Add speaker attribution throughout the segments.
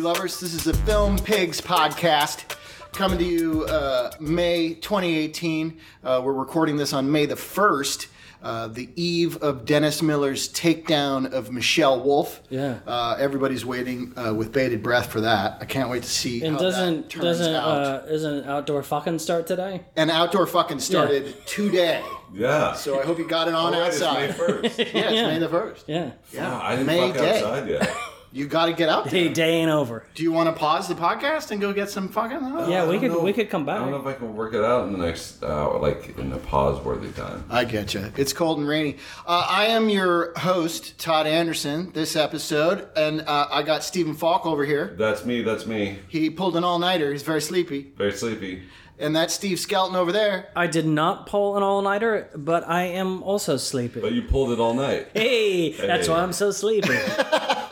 Speaker 1: lovers. This is a Film Pigs podcast coming to you uh, May 2018. Uh, we're recording this on May the 1st, uh, the eve of Dennis Miller's takedown of Michelle Wolf.
Speaker 2: Yeah.
Speaker 1: Uh, everybody's waiting uh, with bated breath for that. I can't wait to see
Speaker 2: And
Speaker 1: how that
Speaker 2: doesn't
Speaker 1: turns
Speaker 2: doesn't
Speaker 1: out.
Speaker 2: uh, isn't outdoor fucking start today?
Speaker 1: and outdoor fucking started today.
Speaker 3: Yeah.
Speaker 1: So I hope you got it on
Speaker 3: Oh, wait, it's May
Speaker 1: outside.
Speaker 3: first.
Speaker 1: Yeah, it's
Speaker 2: Yeah.
Speaker 1: May the 1st.
Speaker 2: Yeah.
Speaker 3: Yeah, I didn't
Speaker 1: May
Speaker 3: fuck
Speaker 1: day.
Speaker 3: outside yet.
Speaker 1: You got to get out there.
Speaker 2: Hey, day ain't over.
Speaker 1: Do you want to pause the podcast and go get some fucking? Oh.
Speaker 2: Yeah,
Speaker 3: I
Speaker 2: we
Speaker 3: don't
Speaker 2: could
Speaker 3: know-
Speaker 2: we could come
Speaker 3: I
Speaker 2: back.
Speaker 3: don't know if I can work it out in the next, uh, like in a pause-worthy time.
Speaker 1: I get you. It's cold and rainy. Uh, I am your host, Todd Anderson, this episode, and uh, I got Stephen Falk over here.
Speaker 3: That's me. That's me.
Speaker 1: He pulled an all nighter. He's very sleepy.
Speaker 3: Very sleepy.
Speaker 1: And that's Steve Skelton over there.
Speaker 2: I did not pull an all nighter, but I am also sleepy.
Speaker 3: But you pulled it all night.
Speaker 2: hey, that's
Speaker 3: Hey.
Speaker 2: why I'm so sleepy.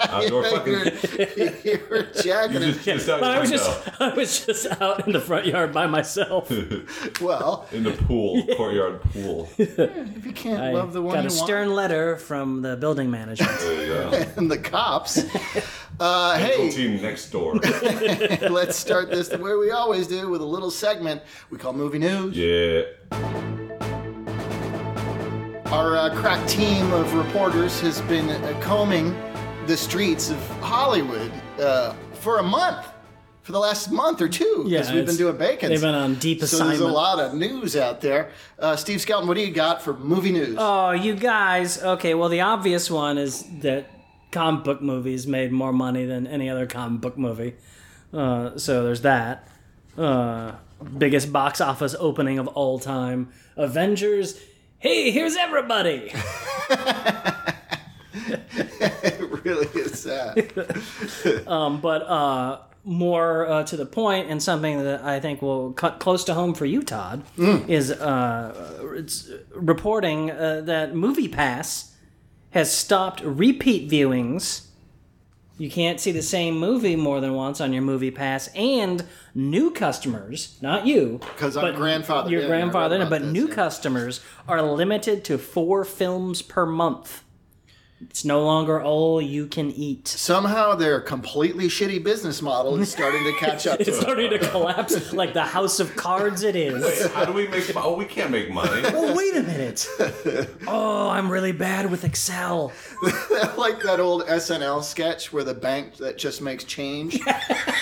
Speaker 3: Outdoor
Speaker 1: You're,
Speaker 3: fucking.
Speaker 1: you're jacking it.
Speaker 3: Just, just out
Speaker 2: But I
Speaker 3: your
Speaker 2: was
Speaker 3: window.
Speaker 2: just I was just out in the front yard by myself.
Speaker 1: Well,
Speaker 3: in the pool, courtyard pool.
Speaker 1: if you can't
Speaker 2: I
Speaker 1: love the one
Speaker 2: got
Speaker 1: you
Speaker 2: a
Speaker 1: want
Speaker 2: stern letter from the building management.
Speaker 3: There you go.
Speaker 1: and the cops. Uh, hey,
Speaker 3: Cool team next door.
Speaker 1: Let's start this the way we always do with a little segment we call movie news.
Speaker 3: Yeah.
Speaker 1: Our uh, crack team of reporters has been uh, combing the streets of Hollywood uh, for a month, for the last month or two,
Speaker 2: Yeah,
Speaker 1: because we've been
Speaker 2: it's-
Speaker 1: doing bacon.
Speaker 2: they've been on deep
Speaker 1: So there's a
Speaker 2: assignment.
Speaker 1: lot of news out there. Uh, Steve Skelton, what do you got for movie news?
Speaker 2: oh, you guys. Okay, well the obvious one is that comic book movies made more money than any other comic book movie. Uh, so there's that. Uh, biggest box office opening of all time. Avengers. Hey, here's everybody.
Speaker 1: it really is uh, sad.
Speaker 2: but uh, more uh, to the point, and something that I think will cut close to home for you, Todd,
Speaker 1: Mm.
Speaker 2: is uh, it's reporting uh, that MoviePass has stopped repeat viewings. You can't see the same movie more than once on your Movie Pass, and new customers, not you,
Speaker 1: 'Cause I'm
Speaker 2: but
Speaker 1: grandfathered
Speaker 2: Your
Speaker 1: in, I read
Speaker 2: grandfather,
Speaker 1: about
Speaker 2: but
Speaker 1: this,
Speaker 2: new
Speaker 1: yeah.
Speaker 2: customers are limited to four films per month. It's no longer all you can eat.
Speaker 1: Somehow their completely shitty business model is starting to catch up to
Speaker 2: It's
Speaker 1: us.
Speaker 2: starting to collapse like the house of cards it is.
Speaker 3: Wait, how do we make? mo- Oh, we can't make money.
Speaker 2: Oh, wait a minute. Oh, I'm really bad with Excel.
Speaker 1: like that old SNL sketch where the bank that just makes change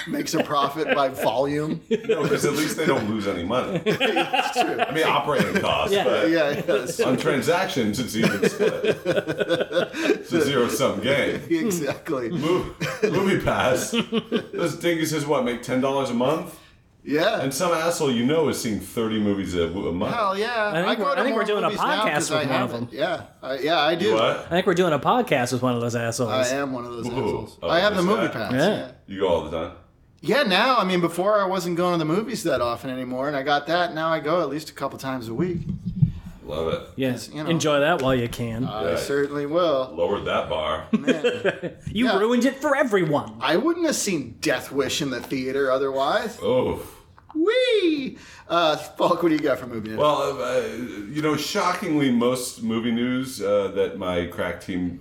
Speaker 1: makes a profit by volume.
Speaker 3: No, because at least they don't lose any money.
Speaker 1: It's true.
Speaker 3: I mean, operating costs.
Speaker 2: Yeah.
Speaker 3: But
Speaker 1: Yeah, yeah, that's
Speaker 3: on transactions, it's even split. It's a zero-sum game.
Speaker 1: exactly.
Speaker 3: Mov- Movie pass. Those dinguses what make ten dollars a month,
Speaker 1: Yeah.
Speaker 3: and some asshole you know is seeing thirty movies a, a month.
Speaker 1: Hell yeah.
Speaker 2: think
Speaker 1: go
Speaker 2: we're- I
Speaker 1: to
Speaker 2: think we're
Speaker 1: more
Speaker 2: doing a
Speaker 1: movies now 'cause
Speaker 2: podcast with
Speaker 1: I
Speaker 2: one of
Speaker 1: haven't.
Speaker 2: them.
Speaker 1: Yeah, I, yeah, I do.
Speaker 2: I
Speaker 3: What?
Speaker 2: think we're doing a podcast with one of those assholes.
Speaker 1: I am one of those assholes.
Speaker 3: Oh,
Speaker 1: I have the
Speaker 3: is
Speaker 1: movie
Speaker 3: that-
Speaker 1: pass.
Speaker 2: Yeah.
Speaker 1: Yeah.
Speaker 3: You go all the time.
Speaker 1: yeah, now, I mean, before I wasn't going to the movies that often anymore, and I got that. Now I go at least a couple times a week.
Speaker 3: Love it.
Speaker 2: Yeah.
Speaker 1: you know- Uh,
Speaker 2: Enjoy that while you can.
Speaker 1: I
Speaker 3: Yeah.
Speaker 1: certainly will.
Speaker 3: Lowered that bar.
Speaker 2: you
Speaker 1: yeah.
Speaker 2: ruined it for everyone.
Speaker 1: I wouldn't have seen Death Wish in the theater otherwise.
Speaker 3: oh.
Speaker 1: Wee! Uh, Falk, what do you got for movie news?
Speaker 3: Well, uh, uh, you know, shockingly, most movie news uh, that my crack team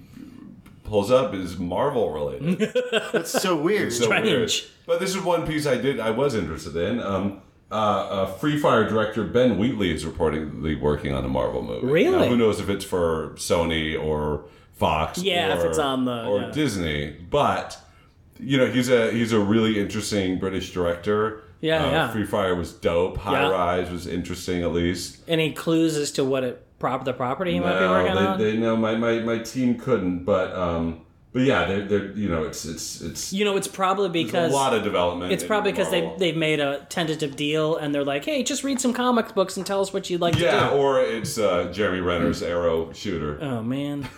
Speaker 3: pulls up is Marvel related.
Speaker 1: That's so weird.
Speaker 3: so
Speaker 2: Strange.
Speaker 3: weird. But this is one piece I did I was interested in. Um, uh, uh, Free Fire director Ben Wheatley is reportedly working on a Marvel movie.
Speaker 2: Really?
Speaker 3: Now, who knows if it's for Sony or Fox?
Speaker 2: Yeah, if
Speaker 3: or-
Speaker 2: it's on the-
Speaker 3: or
Speaker 2: yeah.
Speaker 3: Disney. But you know, he's a he's a really interesting British director. Uh,
Speaker 2: Yeah, yeah.
Speaker 3: Free Fire was dope. High
Speaker 2: Yeah.
Speaker 3: Rise was interesting, at least.
Speaker 2: Any clues as to what it prop the property you might be
Speaker 3: No,
Speaker 2: working on?
Speaker 3: they, they no, my, my, my team couldn't, but um, but yeah, they're, they're you know, it's it's it's
Speaker 2: you know, it's probably
Speaker 3: a
Speaker 2: because
Speaker 3: lot of development.
Speaker 2: it's
Speaker 3: in
Speaker 2: probably because they
Speaker 3: Marvel.
Speaker 2: they've made a tentative deal and they're like, hey, just read some comic books and tell us what you'd like to do.
Speaker 3: Yeah, or it's uh, Jeremy Renner's arrow shooter.
Speaker 2: Oh man.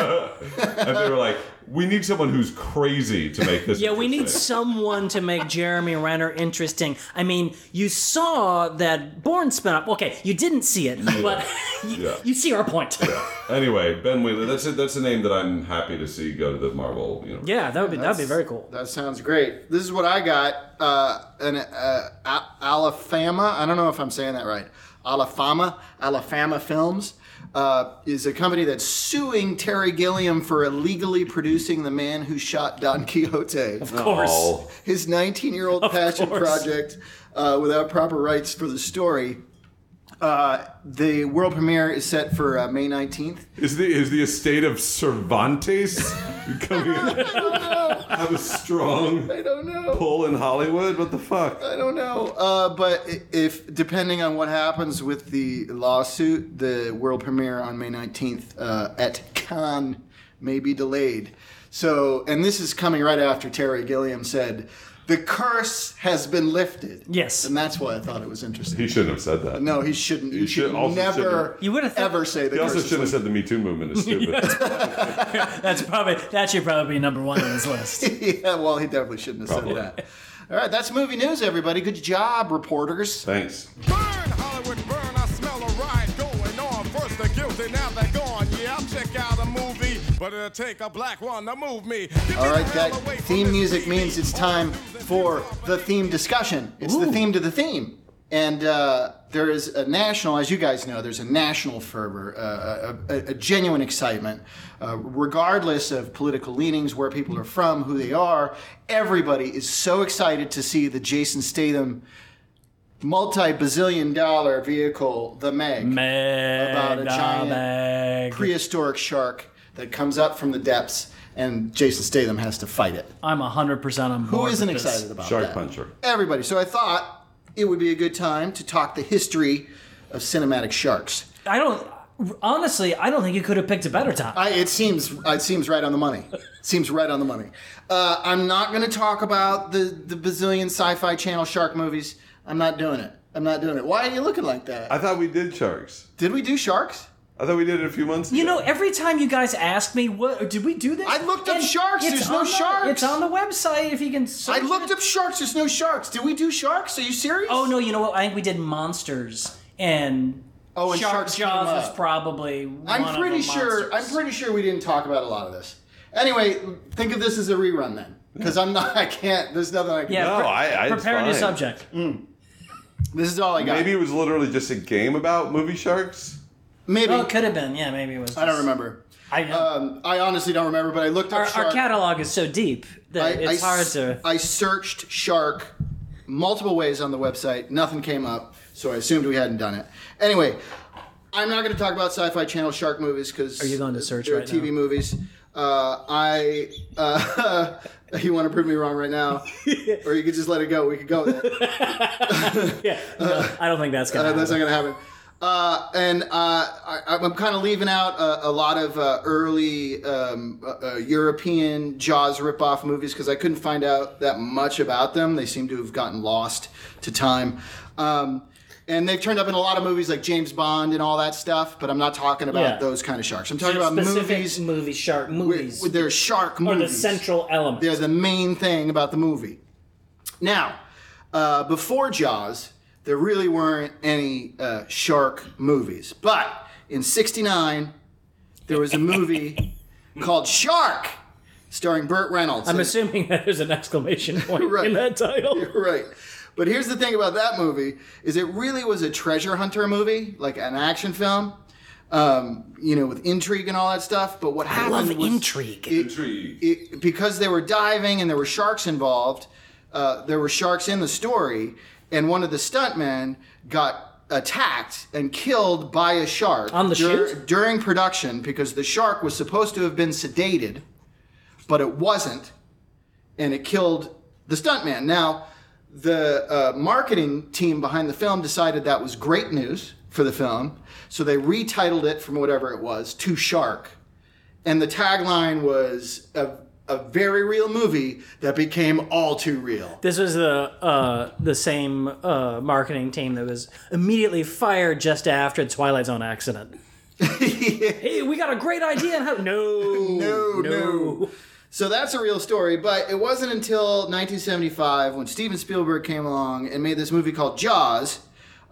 Speaker 3: And they were like, we need someone who's crazy to make this.
Speaker 2: Yeah, we need
Speaker 3: interesting."
Speaker 2: someone to make Jeremy Renner interesting. I mean, you saw that Bourne spin up. Okay, you didn't see it, but you,
Speaker 3: Yeah.
Speaker 2: you see our point. Yeah,
Speaker 3: Anyway, Ben Wheeler, that's it. That's a name that I'm happy to see go to the Marvel. You know,
Speaker 2: that would be that'd be very cool.
Speaker 1: That sounds great. This is what I got. Uh, an uh, Al- Alabama. I don't know if I'm saying that right. Alabama. Alabama Films uh, is a company that's suing Terry Gilliam for illegally producing the man who shot Don Quixote.
Speaker 2: Of course.
Speaker 3: Oh.
Speaker 1: His 19 year old passion
Speaker 2: course.
Speaker 1: project uh, without proper rights for the story. Uh, the world premiere is set for uh, May 19th.
Speaker 3: Is the is the estate of Cervantes coming? have a strong
Speaker 1: I don't know.
Speaker 3: pull in Hollywood. What the fuck?
Speaker 1: I don't know. Uh, but i- if depending on what happens with the lawsuit, the world premiere on May 19th uh, at Cannes may be delayed. So, and this is coming right after Terry Gilliam said, "The curse has been lifted."
Speaker 2: Yes.
Speaker 1: and that's why I thought it was interesting.
Speaker 3: He shouldn't have said that.
Speaker 1: No, he shouldn't. You
Speaker 3: should
Speaker 1: should,
Speaker 3: also
Speaker 1: never,
Speaker 3: shouldn't.
Speaker 2: You would've thought-
Speaker 1: ever say the
Speaker 3: He
Speaker 1: curse.
Speaker 3: also
Speaker 1: is
Speaker 3: shouldn't have said the Me Too movement is stupid.
Speaker 2: That's probably that should probably be number one on his list.
Speaker 1: lifted. yeah, well, he definitely shouldn't have
Speaker 3: Probably.
Speaker 1: said that. All right, that's movie news, everybody. Good job, reporters.
Speaker 3: Thanks.
Speaker 4: Burn, Hollywood, burn. I smell a riot going on. First they're guilty, now they're gone. Yeah, I'll check out a movie, but it'll take a black one to move me. Give
Speaker 1: All
Speaker 4: me
Speaker 1: right,
Speaker 4: the hell
Speaker 1: that
Speaker 4: away from
Speaker 1: theme
Speaker 4: this
Speaker 1: music
Speaker 4: TV.
Speaker 1: means it's time for the theme discussion. It's the theme to the theme. And uh, there is a national, as you guys know, there's a national fervor, uh, a, a, a genuine excitement, uh, regardless of political leanings, where people are from, who they are. Everybody is so excited to see the Jason Statham multi bazillion dollar vehicle, the Meg.
Speaker 2: Eh, Meg,
Speaker 1: About a
Speaker 2: the
Speaker 1: giant
Speaker 2: Meg.
Speaker 1: Prehistoric shark that comes up from the depths, and Jason Statham has to fight it.
Speaker 2: I'm hundred percent on board.
Speaker 1: Who isn't
Speaker 2: with this.
Speaker 1: excited about
Speaker 3: Shark
Speaker 1: that?
Speaker 3: puncher.
Speaker 1: Everybody. So I thought it would be a good time to talk the history of cinematic sharks.
Speaker 2: I don't. Honestly, I don't think you could have picked a better time.
Speaker 1: I, it seems it seems right on the money. seems right on the money. Uh, I'm not going to talk about the the bazillion sci-fi channel shark movies. I'm not doing it. I'm not doing it. Why are you looking like that?
Speaker 3: I thought we did sharks.
Speaker 1: Did we do sharks?
Speaker 3: I thought we did it a few months ago.
Speaker 2: you know, every time you guys ask me, "What did we do this?"
Speaker 1: I looked up
Speaker 2: And
Speaker 1: sharks.
Speaker 2: it's
Speaker 1: There's no
Speaker 2: on the-
Speaker 1: sharks.
Speaker 2: It's on the website. If you can, search
Speaker 1: I looked
Speaker 2: it.
Speaker 1: up sharks. There's no sharks. Did we do sharks? Are you serious?
Speaker 2: Oh no, you know what? I think we did monsters and.
Speaker 1: Oh, and
Speaker 2: Shark
Speaker 1: sharks came
Speaker 2: Jaws was
Speaker 1: up.
Speaker 2: probably. One of
Speaker 1: I'm
Speaker 2: the
Speaker 1: pretty sure. I'm
Speaker 2: monsters.
Speaker 1: pretty sure we didn't talk about a lot of this. Anyway, think of this as a rerun then, because I'm not. I can't. There's nothing I can.
Speaker 2: Yeah,
Speaker 3: No,
Speaker 2: pre-
Speaker 3: I- I- it's
Speaker 2: prepare a new
Speaker 3: fine.
Speaker 2: subject.
Speaker 1: Mm-hmm. This is all I got.
Speaker 3: maybe it was literally just a game about movie sharks.
Speaker 1: Maybe.
Speaker 2: Well, Oh, it could have been. Yeah, maybe it was.
Speaker 1: I don't remember.
Speaker 2: I know.
Speaker 1: Um, I honestly don't remember, but I looked up
Speaker 2: our,
Speaker 1: shark.
Speaker 2: our catalog is so deep that
Speaker 1: I,
Speaker 2: it's
Speaker 1: I
Speaker 2: hard
Speaker 1: s-
Speaker 2: to.
Speaker 1: I searched shark multiple ways on the website. Nothing came up, so I assumed we hadn't done it. Anyway, I'm not going to talk about Sci-Fi Channel shark movies because are
Speaker 2: you going to search right
Speaker 1: TV
Speaker 2: now?
Speaker 1: movies? Uh, I uh, you want to prove me wrong right now, or you could just let it go. We could go. With it.
Speaker 2: yeah, no, I don't think that's gonna.
Speaker 1: Uh, that's
Speaker 2: happen.
Speaker 1: not gonna happen. Uh, and uh, I, I'm kind of leaving out a, a lot of uh, early um, uh, uh, European Jaws ripoff movies because I couldn't find out that much about them. They seem to have gotten lost to time. Um, and they've turned up in a lot of movies like James Bond and all that stuff, but I'm not talking about
Speaker 2: Yeah.
Speaker 1: those kind of sharks. I'm talking about
Speaker 2: Specific
Speaker 1: movies
Speaker 2: movie shark movies,
Speaker 1: with their shark
Speaker 2: or
Speaker 1: movies
Speaker 2: the central element.
Speaker 1: they're the main thing about the movie. Now, uh, before Jaws, there really weren't any uh, shark movies, but in '69 there was a movie called Shark, starring Burt Reynolds.
Speaker 2: I'm
Speaker 1: And-
Speaker 2: assuming that there's an exclamation point
Speaker 1: Right.
Speaker 2: in that title.
Speaker 1: right. But here's the thing about that movie is it really was a treasure hunter movie, like an action film, um, you know, with intrigue and all that stuff. But what happened
Speaker 2: love
Speaker 1: was
Speaker 2: intrigue.
Speaker 1: it-
Speaker 3: Intrigue.
Speaker 1: it, because they were diving and there were sharks involved, uh, there were sharks in the story, and one of the stuntmen got attacked and killed by a shark
Speaker 2: On the
Speaker 1: dur-
Speaker 2: shoot?
Speaker 1: during production because the shark was supposed to have been sedated, but it wasn't, and it killed the stuntman. Now, the uh, marketing team behind the film decided that was great news for the film, so they retitled it from whatever it was to Shark and the tagline was a, a very real movie that became all too real.
Speaker 2: This was the uh, the same uh, marketing team that was immediately fired just after the Twilight Zone accident. Hey, we got a great idea on how. No,
Speaker 1: No, no. So that's a real story, but it wasn't until 1975 when Steven Spielberg came along and made this movie called Jaws,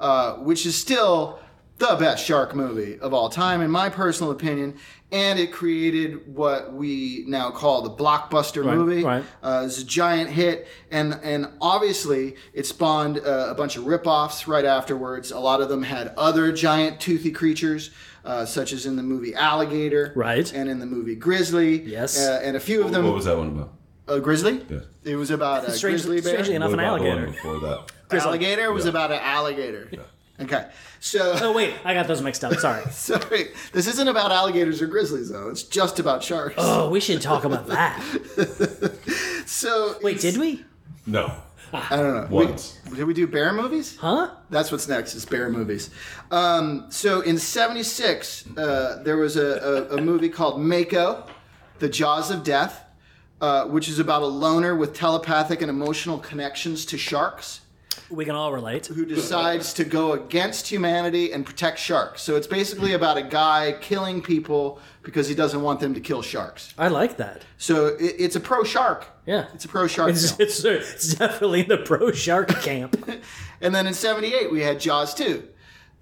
Speaker 1: uh, which is still the best shark movie of all time, in my personal opinion. And it created what we now call the blockbuster movie.
Speaker 2: right.
Speaker 1: Uh, it was a giant hit, and and obviously it spawned uh, a bunch of ripoffs right afterwards. A lot of them had other giant toothy creatures, uh, such as in the movie Alligator,
Speaker 2: Right.
Speaker 1: and in the movie Grizzly.
Speaker 2: Yes.
Speaker 1: uh, and a few of them.
Speaker 3: What was that one about?
Speaker 1: uh, grizzly.
Speaker 3: Yeah.
Speaker 1: It was about a
Speaker 2: Strange-
Speaker 1: grizzly bear.
Speaker 2: strangely enough,
Speaker 3: What
Speaker 2: an
Speaker 3: about the one
Speaker 2: alligator.
Speaker 3: before that.
Speaker 1: Alligator was
Speaker 3: Yeah.
Speaker 1: about an alligator. Okay, so.
Speaker 2: Oh wait, I got those mixed up. Sorry.
Speaker 1: Sorry, this isn't about alligators or grizzlies though. It's just about sharks.
Speaker 2: Oh, we should talk about that.
Speaker 1: so
Speaker 2: Wait, did we?
Speaker 3: No.
Speaker 1: I don't know.
Speaker 3: Once.
Speaker 1: We, did we do bear movies?
Speaker 2: Huh?
Speaker 1: That's what's next is bear movies. Um, so in '76, uh, there was a, a, a movie called Mako, The Jaws of Death, uh, which is about a loner with telepathic and emotional connections to sharks.
Speaker 2: We can all relate.
Speaker 1: who decides to go against humanity and protect sharks. So it's basically about a guy killing people because he doesn't want them to kill sharks.
Speaker 2: I like that.
Speaker 1: So it, it's a pro shark.
Speaker 2: Yeah.
Speaker 1: It's a pro shark.
Speaker 2: It's,
Speaker 1: film.
Speaker 2: it's, it's definitely the pro shark camp.
Speaker 1: And then in 78, we had Jaws 2,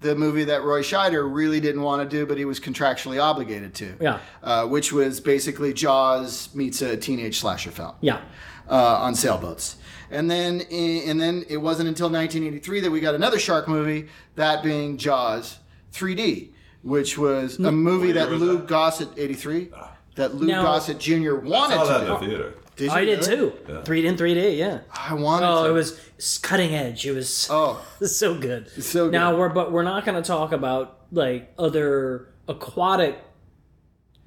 Speaker 1: the movie that Roy Scheider really didn't want to do, but he was contractually obligated to.
Speaker 2: Yeah.
Speaker 1: Uh, which was basically Jaws meets a teenage slasher film.
Speaker 2: Yeah.
Speaker 1: uh, on sailboats. And then, and then it wasn't until 1983 that we got another shark movie, that being Jaws 3D, which was
Speaker 2: Hmm.
Speaker 1: a movie that
Speaker 3: was
Speaker 1: Lou
Speaker 3: that?
Speaker 1: Gossett 83, that Lou
Speaker 2: Now-
Speaker 1: Gossett Jr. wanted
Speaker 3: Saw Oh, that
Speaker 1: to
Speaker 3: in
Speaker 1: do.
Speaker 3: the theater.
Speaker 1: Did
Speaker 2: I
Speaker 1: you
Speaker 2: did
Speaker 1: really?
Speaker 2: too. Three in three D. Yeah.
Speaker 1: I wanted.
Speaker 2: Oh,
Speaker 1: to.
Speaker 2: it was s- cutting edge. It was
Speaker 1: Oh,
Speaker 2: so good.
Speaker 1: so good.
Speaker 2: Now we're but we're not going to talk about like other aquatic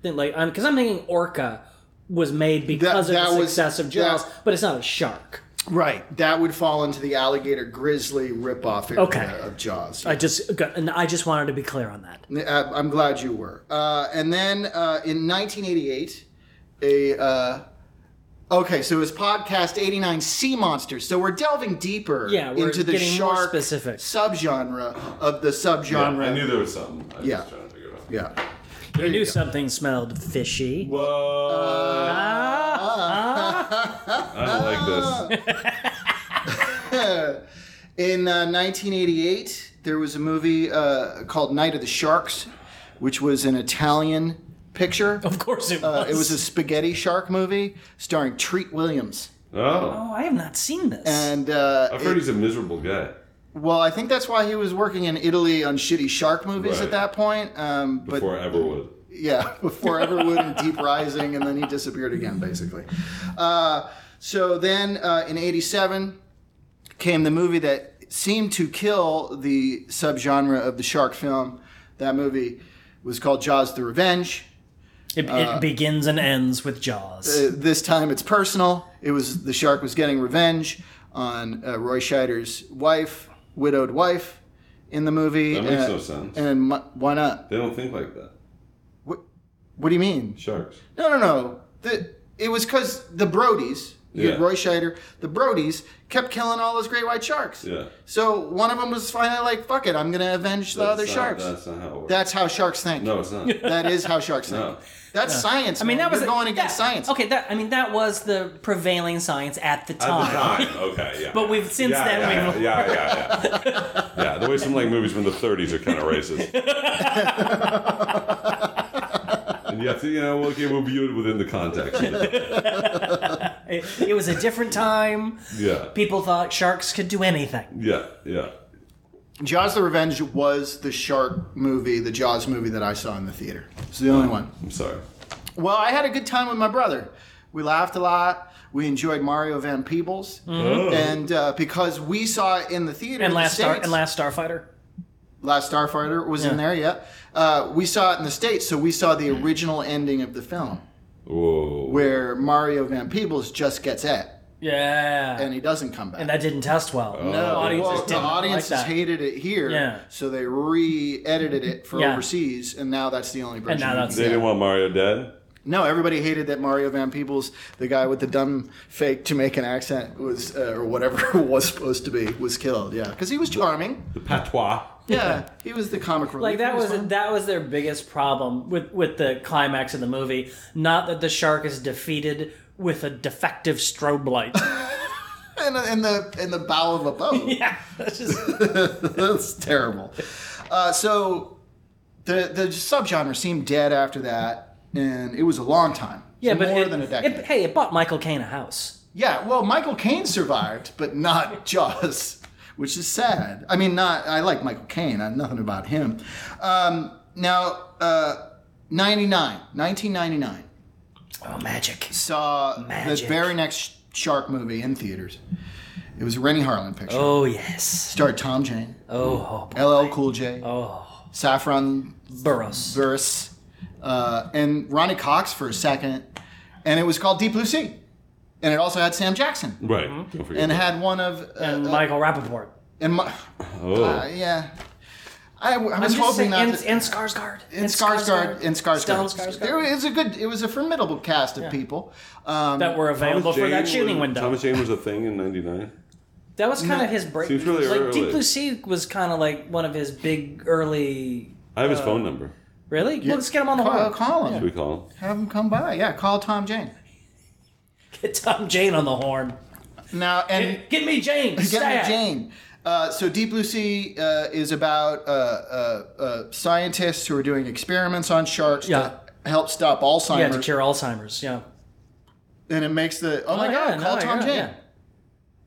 Speaker 2: thing like um, I'm because I'm thinking orca was made because
Speaker 1: that
Speaker 2: of the
Speaker 1: was-
Speaker 2: success of Jaws,
Speaker 1: that-
Speaker 2: but it's not a shark.
Speaker 1: right. That would fall into the alligator grizzly ripoff area
Speaker 2: Okay.
Speaker 1: of Jaws.
Speaker 2: I just got, and I just wanted to be clear on that.
Speaker 1: Uh, I'm glad you were. Uh, and then uh, in 1988, a uh, okay, so it was podcast 89 Sea Monsters. So we're delving deeper
Speaker 2: Yeah, we're
Speaker 1: into the
Speaker 2: getting more
Speaker 1: shark
Speaker 2: specific.
Speaker 1: subgenre of the subgenre.
Speaker 3: I knew there was something. I was
Speaker 1: Yeah.
Speaker 3: just trying to figure it out.
Speaker 1: yeah.
Speaker 2: I knew something smelled fishy.
Speaker 3: Whoa.
Speaker 2: Ah.
Speaker 3: I don't like this.
Speaker 1: In uh, 1988, there was a movie uh, called Night of the Sharks, which was an Italian picture.
Speaker 2: Of course it was.
Speaker 1: Uh, it was a spaghetti shark movie starring Treat Williams.
Speaker 3: Oh.
Speaker 2: oh, I have not seen this.
Speaker 1: And uh,
Speaker 3: I've heard he's a miserable guy.
Speaker 1: Well, I think that's why he was working in Italy on shitty shark movies
Speaker 3: Right.
Speaker 1: at that point. Um, but
Speaker 3: Before I ever would.
Speaker 1: yeah, before Everwood and Deep Rising, and then he disappeared again, basically. Uh, so then uh, in '87 came the movie that seemed to kill the subgenre of the shark film. That movie was called Jaws: The Revenge.
Speaker 2: it, it begins and ends with Jaws.
Speaker 1: Uh, this time it's personal. It was the shark was getting revenge on uh, Roy Scheider's wife, widowed wife, in the movie.
Speaker 3: That makes
Speaker 1: Uh,
Speaker 3: no sense.
Speaker 1: And mu- why not?
Speaker 3: They don't think like that.
Speaker 1: What, what do you mean?
Speaker 3: Sharks.
Speaker 1: No, no, no. The, it was because the Brodies, you had
Speaker 3: Yeah.
Speaker 1: Roy Scheider, the Brodies kept killing all those great white sharks.
Speaker 3: Yeah.
Speaker 1: So one of them was finally like, "Fuck it, I'm gonna avenge the other
Speaker 3: That's not-
Speaker 1: sharks."
Speaker 3: That's not how it works.
Speaker 1: That's how sharks think.
Speaker 3: no, it's not.
Speaker 1: That is how sharks think.
Speaker 3: No.
Speaker 1: That's science.
Speaker 2: I mean, that was
Speaker 1: You're going against
Speaker 2: that-
Speaker 1: science.
Speaker 2: Okay, that I mean, that was the prevailing science at the
Speaker 3: At the
Speaker 2: time.
Speaker 3: time, okay, yeah.
Speaker 2: But we've- since
Speaker 3: yeah,
Speaker 2: then
Speaker 3: yeah,
Speaker 2: we've-
Speaker 3: yeah, yeah, yeah, yeah. yeah. The way some like movies from the '30s are kind of racist. and you have to, you know, okay, we'll view it within the context. Of it.
Speaker 2: It, it was a different time.
Speaker 3: Yeah,
Speaker 2: People thought sharks could do anything.
Speaker 3: yeah, yeah.
Speaker 1: Jaws: The Revenge was the shark movie, the Jaws movie that I saw in the theater. It's the only one.
Speaker 3: I'm sorry.
Speaker 1: Well, I had a good time with my brother. We laughed a lot. We enjoyed Mario Van Peebles, and uh, because we saw it in the theater, in
Speaker 2: Mm. And
Speaker 1: the
Speaker 2: last star
Speaker 1: States-
Speaker 2: and last Starfighter.
Speaker 1: Last Starfighter was in
Speaker 2: Yeah.
Speaker 1: there. Yeah, uh, we saw it in the states, so we saw the original ending of the film
Speaker 3: Whoa.
Speaker 1: where Mario Van Peebles just gets it
Speaker 2: Yeah.
Speaker 1: and he doesn't come back.
Speaker 2: And that didn't test well. No,
Speaker 1: Uh,
Speaker 2: audiences
Speaker 1: well, the
Speaker 2: didn't
Speaker 1: audiences
Speaker 2: like that.
Speaker 1: hated it here,
Speaker 2: Yeah.
Speaker 1: so they re-edited it for
Speaker 2: Yeah.
Speaker 1: overseas, and now that's the only version.
Speaker 2: now
Speaker 1: you
Speaker 2: that's
Speaker 1: can
Speaker 3: they
Speaker 1: get.
Speaker 3: didn't want Mario dead.
Speaker 1: No, everybody hated that Mario Van Peebles, the guy with the dumb fake Jamaican accent, was uh, or whatever it was supposed to be, was killed. Yeah, because he was charming.
Speaker 3: The patois.
Speaker 2: Mm-hmm.
Speaker 1: Yeah, he was the comic relief.
Speaker 2: Like that
Speaker 1: He
Speaker 2: was
Speaker 1: fun.
Speaker 2: that was their biggest problem with with the climax of the movie. Not that the shark is defeated with a defective strobe light.
Speaker 1: in, the- in the in the bow of a boat.
Speaker 2: yeah, that's just
Speaker 1: That's terrible. Uh, so the the subgenre seemed dead after that, and it was a long time.
Speaker 2: Yeah, but
Speaker 1: more
Speaker 2: it-
Speaker 1: than a
Speaker 2: it-
Speaker 1: decade.
Speaker 2: hey, it bought Michael Caine a house.
Speaker 1: Yeah, well, Michael Caine survived, but not Jaws, which is sad. I mean, not I like Michael Caine. I nothing about him. Um, now, uh, 99, 1999,
Speaker 2: Oh, magic.
Speaker 1: saw the
Speaker 2: Magic.
Speaker 1: very next Shark movie in theaters. It was a Rennie Harlan picture.
Speaker 2: Oh yes.
Speaker 1: Starred Tom Jane,
Speaker 2: Oh, oh,
Speaker 1: LL Cool J,
Speaker 2: oh.
Speaker 1: Saffron
Speaker 2: Burroughs.
Speaker 1: Burris, uh, and Ronnie Cox for a second. And it was called Deep Blue Sea. And it also had Sam Jackson.
Speaker 3: Right. Don't forget.
Speaker 1: And
Speaker 3: that.
Speaker 1: had one of. Uh,
Speaker 2: And Michael Rappaport.
Speaker 1: and my,
Speaker 3: oh.
Speaker 1: Uh, yeah. I, I was
Speaker 2: I'm just
Speaker 1: hoping
Speaker 2: saying,
Speaker 1: not
Speaker 2: and,
Speaker 1: to.
Speaker 2: and Skarsgård.
Speaker 1: and Skarsgård, and
Speaker 2: Stellan
Speaker 1: Skarsgård.
Speaker 2: Skarsgård.
Speaker 1: There is a good, it was a formidable cast of people. Um,
Speaker 2: that were available for that shooting
Speaker 3: was,
Speaker 2: window.
Speaker 3: Thomas Jane was a thing in '99.
Speaker 2: that was kind of his break.
Speaker 3: Seems really
Speaker 2: like Deep
Speaker 3: early.
Speaker 2: Blue Sea was kind of like one of his big early.
Speaker 3: I have his phone number.
Speaker 2: Really? Well, let's get him on the
Speaker 1: call,
Speaker 2: horn.
Speaker 1: call him.
Speaker 3: Should we call him?
Speaker 1: Have him come by. Yeah, call Tom Jane.
Speaker 2: Get Tom Jane on the horn.
Speaker 1: Now, and
Speaker 2: Get me Jane.
Speaker 1: get
Speaker 2: stab.
Speaker 1: me Jane. Uh, so Deep Blue Sea uh, is about uh, uh, uh, scientists who are doing experiments on sharks
Speaker 2: Yeah.
Speaker 1: to help stop
Speaker 2: Yeah, to
Speaker 1: Alzheimer's.
Speaker 2: cure Alzheimer's. Yeah.
Speaker 1: and it makes the, oh, my
Speaker 2: yeah,
Speaker 1: God,
Speaker 2: no,
Speaker 1: call Tom
Speaker 2: yeah,
Speaker 1: Jane.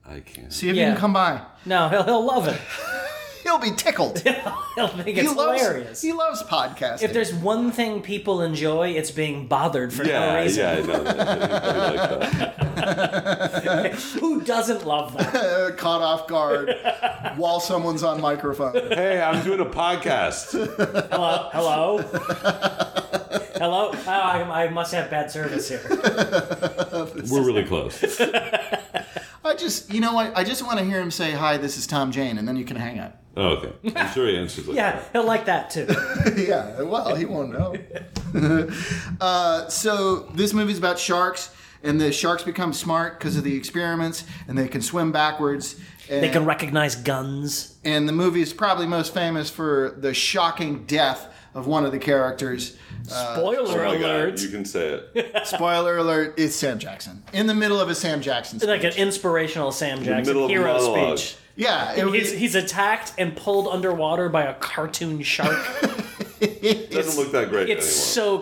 Speaker 2: yeah.
Speaker 3: I can't.
Speaker 1: See if he
Speaker 2: Yeah.
Speaker 1: can come by.
Speaker 2: No, he'll, he'll love it.
Speaker 1: He'll be tickled.
Speaker 2: he'll think
Speaker 1: he
Speaker 2: it's
Speaker 1: loves,
Speaker 2: hilarious.
Speaker 1: He loves podcasting.
Speaker 2: if there's one thing people enjoy, it's being bothered for no
Speaker 3: yeah,
Speaker 2: reason.
Speaker 3: yeah, I know. that. I like that.
Speaker 2: Who doesn't love that?
Speaker 1: uh, caught off guard while someone's on microphone.
Speaker 3: Hey, I'm doing a podcast.
Speaker 2: Hello, hello, hello. Oh, I, I must have bad service here.
Speaker 3: We're really close.
Speaker 1: I just, you know what? I just want to hear him say, Hi, this is Tom Jane, and then you can hang up.
Speaker 3: Oh, okay. I'm sure he answers like
Speaker 2: Yeah, he'll like that too.
Speaker 1: yeah, well, he won't know. uh, so this movie's about sharks, and the sharks become smart because of the experiments, and they can swim backwards. And,
Speaker 2: They can recognize guns.
Speaker 1: and the movie is probably most famous for the shocking death of one of the characters.
Speaker 2: Spoiler
Speaker 3: that. Oh my
Speaker 2: alert!
Speaker 3: God, you can say it.
Speaker 1: Spoiler alert, it's Sam Jackson. In the middle of a Sam Jackson.
Speaker 2: like an
Speaker 1: speech.
Speaker 2: inspirational Sam Jackson
Speaker 3: middle of
Speaker 2: hero
Speaker 3: monologue.
Speaker 2: speech.
Speaker 1: yeah, it was,
Speaker 2: He's, he's attacked and pulled underwater by a cartoon shark.
Speaker 3: It doesn't look that great
Speaker 2: It's
Speaker 3: anymore.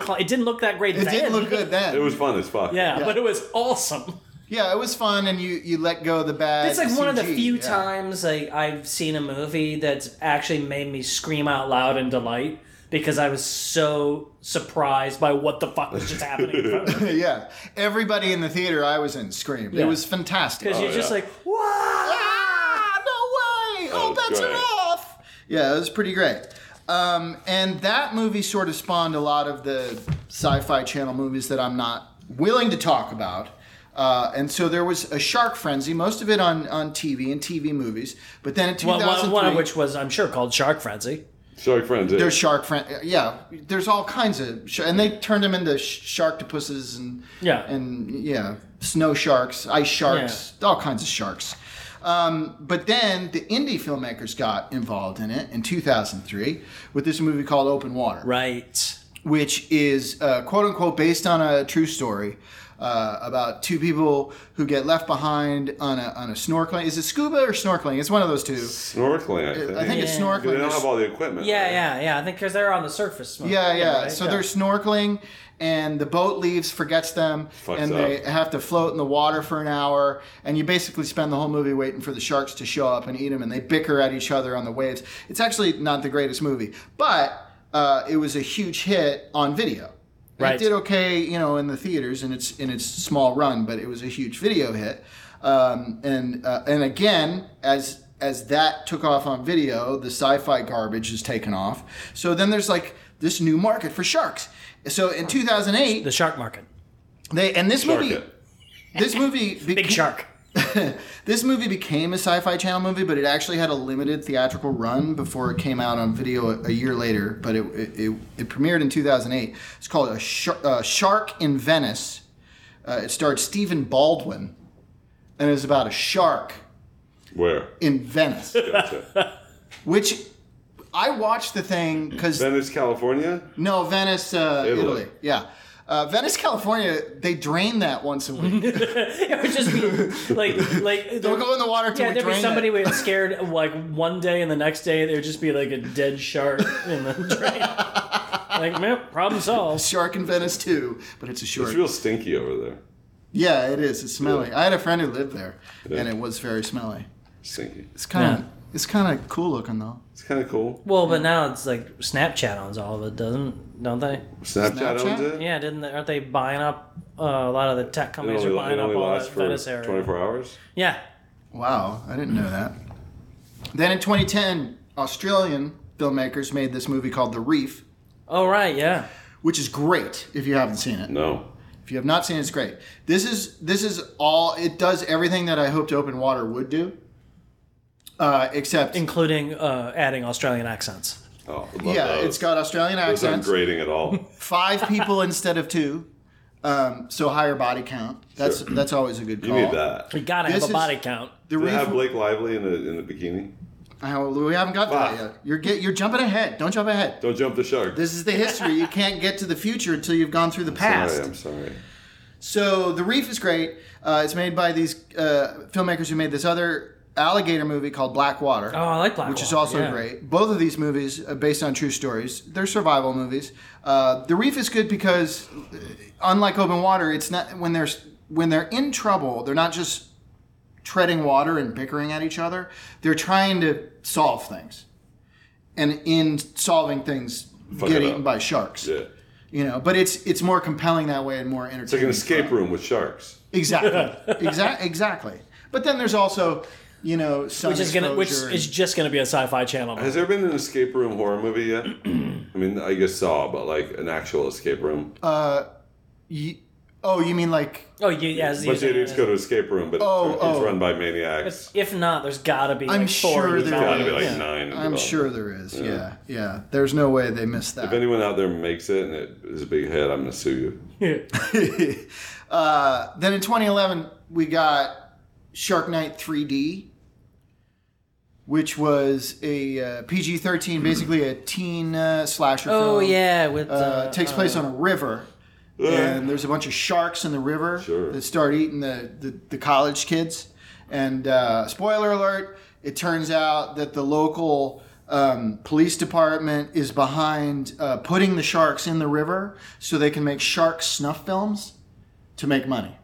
Speaker 2: so cl- it didn't look that great
Speaker 1: it
Speaker 2: then.
Speaker 1: didn't look good then.
Speaker 3: it was fun as fuck.
Speaker 2: Yeah, but it was awesome.
Speaker 1: Yeah, it was fun, and you you let go of the bad.
Speaker 2: It's like one of the
Speaker 1: CG,
Speaker 2: few
Speaker 1: yeah.
Speaker 2: times like I've seen a movie that's actually made me scream out loud in delight because I was so surprised by what the fuck was just happening. in front of me.
Speaker 1: yeah, everybody in the theater I was in screamed.
Speaker 2: Yeah.
Speaker 1: It was fantastic. Oh,
Speaker 2: Because you're just
Speaker 3: yeah.
Speaker 2: like, wow.
Speaker 1: ah, no way! All
Speaker 3: That was
Speaker 1: bets are
Speaker 3: great.
Speaker 1: off. Yeah, it was pretty great. Um, and that movie sort of spawned a lot of the sci-fi channel movies that I'm not willing to talk about. Uh, and so there was a shark frenzy, most of it on, on TV and TV movies. But then in
Speaker 2: One,
Speaker 1: 2003,
Speaker 2: one, one of which was, I'm sure, called Shark Frenzy.
Speaker 3: Shark Friends.
Speaker 1: There's shark friend. Yeah, there's all kinds of, sh- and they turned them into sh- sharktopusses and
Speaker 2: Yeah.
Speaker 1: and yeah, snow sharks, ice sharks, all kinds of sharks. Um, but then the indie filmmakers got involved in it in 2003 with this movie called Open Water,
Speaker 2: Right.
Speaker 1: which is uh, quote unquote based on a true story. Uh, about two people who get left behind on a, on a snorkeling. Is it scuba or snorkeling? It's one of those two.
Speaker 3: snorkeling. I think.
Speaker 1: I think it's
Speaker 2: Yeah.
Speaker 1: snorkeling.
Speaker 3: They don't
Speaker 1: There's-
Speaker 3: have all the equipment.
Speaker 2: Yeah, yeah, yeah. I think because they're on the surface. mostly,
Speaker 1: Yeah, yeah.
Speaker 2: right?
Speaker 1: So they're snorkeling, and the boat leaves, forgets them,
Speaker 3: Fucks
Speaker 1: and they
Speaker 3: up.
Speaker 1: have to float in the water for an hour. And you basically spend the whole movie waiting for the sharks to show up and eat them, and they bicker at each other on the waves. It's actually not the greatest movie, but uh, it was a huge hit on video. It
Speaker 2: Right.
Speaker 1: did okay, you know, in the theaters in its in its small run, but it was a huge video hit. Um, and uh, and again, as as that took off on video, the sci-fi garbage is taken off. So then there's like this new market for sharks. So in 2008,
Speaker 2: the shark market.
Speaker 1: they and this
Speaker 3: Shark
Speaker 1: movie,
Speaker 3: it.
Speaker 1: this movie,
Speaker 2: Big shark.
Speaker 1: this movie became a sci-fi channel movie, but it actually had a limited theatrical run before it came out on video a, a year later. But it, it, it, it premiered in 2008. It's called a Sh- uh, Shark in Venice. Uh, it starred Stephen Baldwin, and it's about a shark
Speaker 3: Where?
Speaker 1: in Venice,
Speaker 3: Gotcha.
Speaker 1: which I watched the thing because
Speaker 3: Venice, California.
Speaker 1: no Venice, uh, Italy.
Speaker 3: Italy.
Speaker 1: yeah. Uh, Venice, California, they drain that once a week.
Speaker 2: it would just be like like
Speaker 1: Don't go in the water till
Speaker 2: yeah,
Speaker 1: we
Speaker 2: there'd be
Speaker 1: drain
Speaker 2: somebody
Speaker 1: it.
Speaker 2: we had scared like one day and the next day there'd just be like a dead shark in the drain. like, man, problem solved.
Speaker 1: shark in Venice too, but it's a short.
Speaker 3: It's real stinky over there.
Speaker 1: yeah, it is. It's smelly. I had a friend who lived there, and it was very smelly.
Speaker 3: Stinky.
Speaker 1: It's kind of
Speaker 2: Yeah.
Speaker 1: it's kind of cool looking though.
Speaker 3: It's kind of cool.
Speaker 2: Well, but now it's like Snapchat owns all of it, doesn't? Don't they?
Speaker 3: Snapchat, owns
Speaker 1: Snapchat?
Speaker 3: it.
Speaker 2: Yeah, didn't they, aren't they buying up uh, a lot of the tech
Speaker 3: It
Speaker 2: companies
Speaker 3: only,
Speaker 2: are
Speaker 3: it
Speaker 2: buying up
Speaker 3: only
Speaker 2: all
Speaker 3: lasts
Speaker 2: that
Speaker 3: for
Speaker 2: Venice area?
Speaker 3: 24 hours.
Speaker 2: Yeah,
Speaker 1: Wow, I didn't know that. Then in 2010, Australian filmmakers made this movie called The Reef,
Speaker 2: Oh right, yeah.
Speaker 1: which is great if you haven't seen it.
Speaker 3: No.
Speaker 1: If you have not seen it, it's great. This is this is all it does everything that I hoped Open Water would do. Uh, except
Speaker 2: Including uh, adding Australian accents.
Speaker 3: Oh, I love
Speaker 1: yeah,
Speaker 3: those.
Speaker 1: it's got Australian
Speaker 3: Those aren't
Speaker 1: accents.
Speaker 3: grading at all.
Speaker 1: Five people instead of two. Um, so higher body count. That's
Speaker 3: Sure.
Speaker 1: that's always a good
Speaker 3: You
Speaker 1: call.
Speaker 3: need that.
Speaker 2: We gotta
Speaker 1: This
Speaker 2: have
Speaker 1: is-
Speaker 2: a body count.
Speaker 1: The
Speaker 3: Do they
Speaker 1: reef,
Speaker 3: have Blake Lively in a in a bikini?
Speaker 1: Oh, we haven't got to that
Speaker 3: Wow.
Speaker 1: yet. You're get you're jumping ahead. Don't jump ahead.
Speaker 3: Don't jump the shark.
Speaker 1: This is the history. You can't get to the future until you've gone through the past.
Speaker 3: Sorry, I'm sorry.
Speaker 1: So the reef is great. Uh, it's made by these uh, filmmakers who made this other alligator movie called Blackwater.
Speaker 2: Oh, I like Blackwater.
Speaker 1: Which is also
Speaker 2: yeah.
Speaker 1: great. Both of these movies are based on true stories. They're survival movies. Uh, the Reef is good because, uh, unlike Open Water, it's not when they're when they're in trouble. They're not just treading water and bickering at each other. They're trying to solve things, and in solving things,
Speaker 3: Fuck
Speaker 1: get
Speaker 3: it
Speaker 1: eaten
Speaker 3: up.
Speaker 1: by sharks.
Speaker 3: Yeah.
Speaker 1: You know, but it's it's more compelling that way and more entertaining.
Speaker 3: It's like an escape room with sharks.
Speaker 1: Exactly. exactly. Exactly. But then there's also, you know, sun
Speaker 2: Which is gonna, which
Speaker 1: exposure
Speaker 2: is
Speaker 1: and-
Speaker 2: just gonna be a sci-fi channel.
Speaker 3: Has there been an escape room horror movie yet? I mean, I guess Saw, but like an actual escape room.
Speaker 1: Uh, Ye- oh, you mean like
Speaker 2: oh yeah, yeah. it's-
Speaker 3: A bunch of idiots go to escape room, but
Speaker 1: Oh,
Speaker 3: it's
Speaker 1: oh.
Speaker 3: run by maniacs.
Speaker 2: If not, there's gotta be.
Speaker 1: I'm
Speaker 2: like, four
Speaker 1: sure
Speaker 2: in the
Speaker 1: there
Speaker 2: valley.
Speaker 3: Gotta be like
Speaker 2: Yeah.
Speaker 3: nine.
Speaker 1: I'm sure there is. Yeah. yeah, There's no way they missed
Speaker 3: If
Speaker 1: that.
Speaker 3: anyone out there makes it and it is a big hit, I'm gonna sue you.
Speaker 1: Uh, then in 2011, we got Shark Night 3D, which was a uh, PG-13, basically a teen uh, slasher.
Speaker 2: Oh
Speaker 1: film.
Speaker 2: yeah, with uh,
Speaker 1: Uh, takes place on a river. and there's a bunch of sharks in the river
Speaker 3: Sure.
Speaker 1: that start eating the, the, the college kids. And uh, spoiler alert, it turns out that the local um, police department is behind uh, putting the sharks in the river so they can make shark snuff films to make money.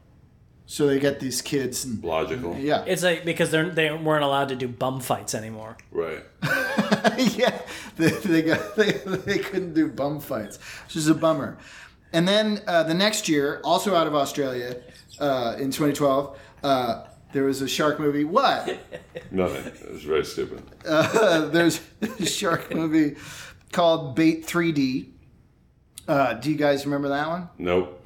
Speaker 1: So they get these kids and
Speaker 3: Uh, Logical,
Speaker 1: yeah,
Speaker 2: It's like because they're they weren't allowed to do bum fights anymore.
Speaker 3: right?
Speaker 1: yeah, they, they got they, they couldn't do bum fights, which is a bummer. And then uh, the next year, also out of Australia, uh, in 2012, uh, there was a shark movie. What?
Speaker 3: Nothing. It was very stupid.
Speaker 1: Uh, there's a shark movie called Bait 3D. Uh, do you guys remember that one?
Speaker 3: Nope.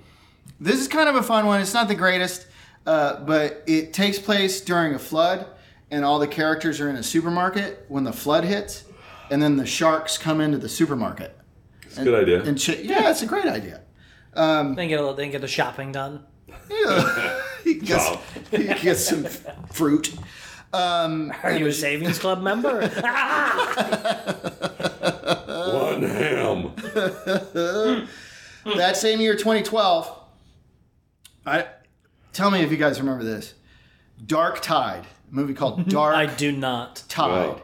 Speaker 1: This is kind of a fun one. It's not the greatest, uh, but it takes place during a flood, and all the characters are in a supermarket when the flood hits, and then the sharks come into the supermarket.
Speaker 3: It's a good idea.
Speaker 1: And ch- yeah, it's a great idea.
Speaker 2: They can get a, they can get the shopping done.
Speaker 1: He gets,
Speaker 3: Wow.
Speaker 1: he gets some fruit.
Speaker 2: Are you a savings club member?
Speaker 1: Uh,
Speaker 3: One ham.
Speaker 1: That same year, 2012. I tell me if you guys remember this. Dark Tide, a movie called Dark
Speaker 2: I do not.
Speaker 1: Tide.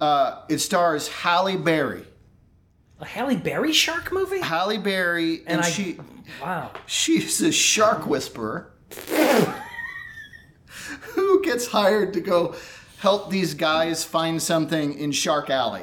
Speaker 1: Uh, it stars Halle Berry.
Speaker 2: A Halle Berry shark movie?
Speaker 1: Halle Berry, and,
Speaker 2: And I-
Speaker 1: she
Speaker 2: Wow.
Speaker 1: she's a shark whisperer who gets hired to go help these guys find something in Shark Alley.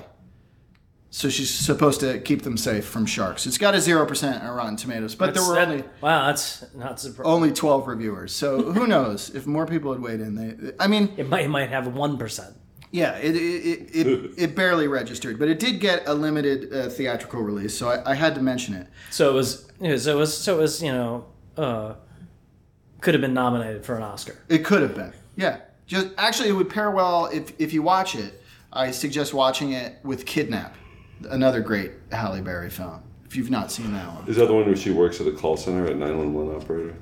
Speaker 1: So she's supposed to keep them safe from sharks. It's got a zero percent on Rotten Tomatoes, but there were
Speaker 2: That-
Speaker 1: only Oh.
Speaker 2: wow, that's not surprising.
Speaker 1: only twelve reviewers. So who knows if more people had weighed in? They, I mean,
Speaker 2: It might it might have one percent.
Speaker 1: yeah, it it, it, it, it barely registered, but it did get a limited uh, theatrical release. So I, I had to mention it.
Speaker 2: So it was yeah, so it was so it was you know uh, could have been nominated for an Oscar.
Speaker 1: It could have been. Yeah. Just actually, it would pair well if if you watch it. I suggest watching it with Kidnap, another great Halle Berry film. If you've not seen that one,
Speaker 3: Is that the one where she works at a call center at 911 operator?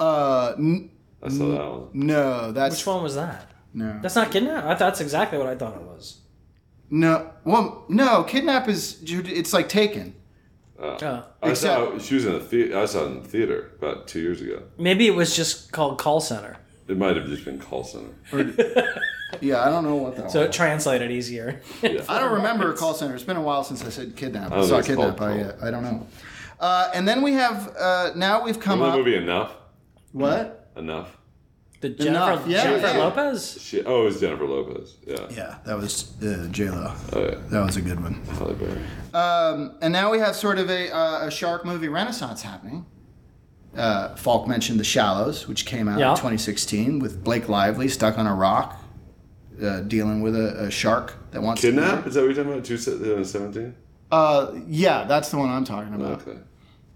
Speaker 1: uh, n-
Speaker 3: I saw
Speaker 1: Mm,
Speaker 3: that one.
Speaker 1: no, that's
Speaker 2: Which one was that?
Speaker 1: no,
Speaker 2: That's not kidnap. I, that's exactly what I thought it was.
Speaker 1: no. Well, no, Kidnap is it's like Taken.
Speaker 2: Uh,
Speaker 3: I saw
Speaker 1: Except-
Speaker 3: she was in a theater. I saw it in the theater about two years ago.
Speaker 2: Maybe it was just called call center,
Speaker 3: It might have just been call center.
Speaker 1: Yeah, I don't know what that
Speaker 2: so it translated easier.
Speaker 1: I don't remember a call center. It's been a while since I said kidnap. I
Speaker 3: don't
Speaker 1: saw
Speaker 3: think Oh, it's
Speaker 1: kidnap.
Speaker 3: called
Speaker 1: I, uh, I don't know. Uh, and then we have, uh, now we've come
Speaker 3: Remember
Speaker 1: up.
Speaker 3: the movie Enough?
Speaker 1: What?
Speaker 3: Enough.
Speaker 2: The Jennifer,
Speaker 1: Enough. Yeah,
Speaker 2: Jennifer
Speaker 1: yeah.
Speaker 2: Lopez.
Speaker 3: She, oh, it was Jennifer Lopez. Yeah.
Speaker 1: Yeah, that was uh, J-Lo.
Speaker 3: Oh, yeah.
Speaker 1: That was a good one.
Speaker 3: Halle Berry.
Speaker 1: Um, And now we have sort of a, uh, a shark movie renaissance happening. Uh, Falk mentioned The Shallows, which came out
Speaker 2: Yeah.
Speaker 1: in 2016 with Blake Lively stuck on a rock, uh, dealing with a, a shark that wants
Speaker 3: Kidnap? Is that what you're talking about? 2017?
Speaker 1: Uh, yeah, that's the one I'm talking about.
Speaker 3: Okay.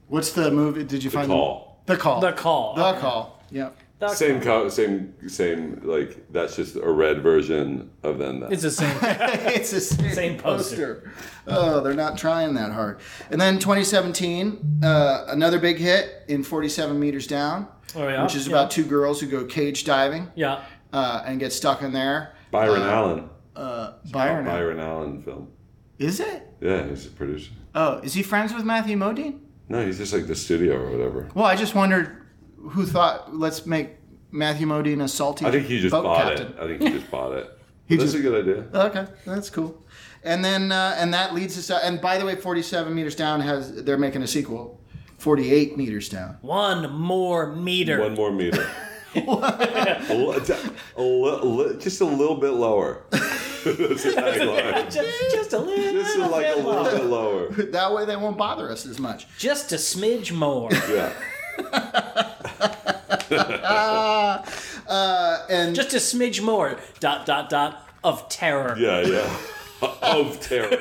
Speaker 1: What's the movie? Did you
Speaker 3: The
Speaker 1: find
Speaker 3: Call.
Speaker 1: The call.
Speaker 2: The Call.
Speaker 1: The
Speaker 2: Okay.
Speaker 1: call. Yeah.
Speaker 2: Doc-
Speaker 3: Same, co- same, same. Like that's just a red version of then that.
Speaker 2: It's the same.
Speaker 1: it's the same,
Speaker 2: Same poster.
Speaker 1: poster. Oh, they're not trying that hard. And then 2017, uh, another big hit in 47 meters down,
Speaker 2: Oh, yeah?
Speaker 1: which is
Speaker 2: Yeah.
Speaker 1: about two girls who go cage diving
Speaker 2: yeah.
Speaker 1: uh, and get stuck in there. Uh,
Speaker 3: Byron Allen.
Speaker 1: Byron.
Speaker 3: Byron Allen film.
Speaker 1: Is it?
Speaker 3: Yeah, he's a producer.
Speaker 1: Oh, is he friends with Matthew Modine?
Speaker 3: No, he's just like the studio or whatever.
Speaker 1: Well, I just wondered who thought let's make Matthew Modine a salty.
Speaker 3: I think he just
Speaker 1: boat
Speaker 3: bought
Speaker 1: captain.
Speaker 3: it. I think he just bought it. That's
Speaker 1: just-
Speaker 3: a good idea.
Speaker 1: Okay, that's cool. And then uh, and that leads us. And by the way, 47 meters down has they're making a sequel. 48 meters down.
Speaker 2: One more meter.
Speaker 3: One more meter. a li- t- a li- li- just a little bit lower. That's a tagline.
Speaker 2: just, just a little,
Speaker 3: Just a- like a
Speaker 2: bit
Speaker 3: little
Speaker 2: more.
Speaker 3: bit lower.
Speaker 1: That way they won't bother us as much.
Speaker 2: Just a smidge more.
Speaker 3: Yeah.
Speaker 1: And
Speaker 2: just a smidge more. Dot dot dot of terror.
Speaker 3: Yeah, yeah. Of terror.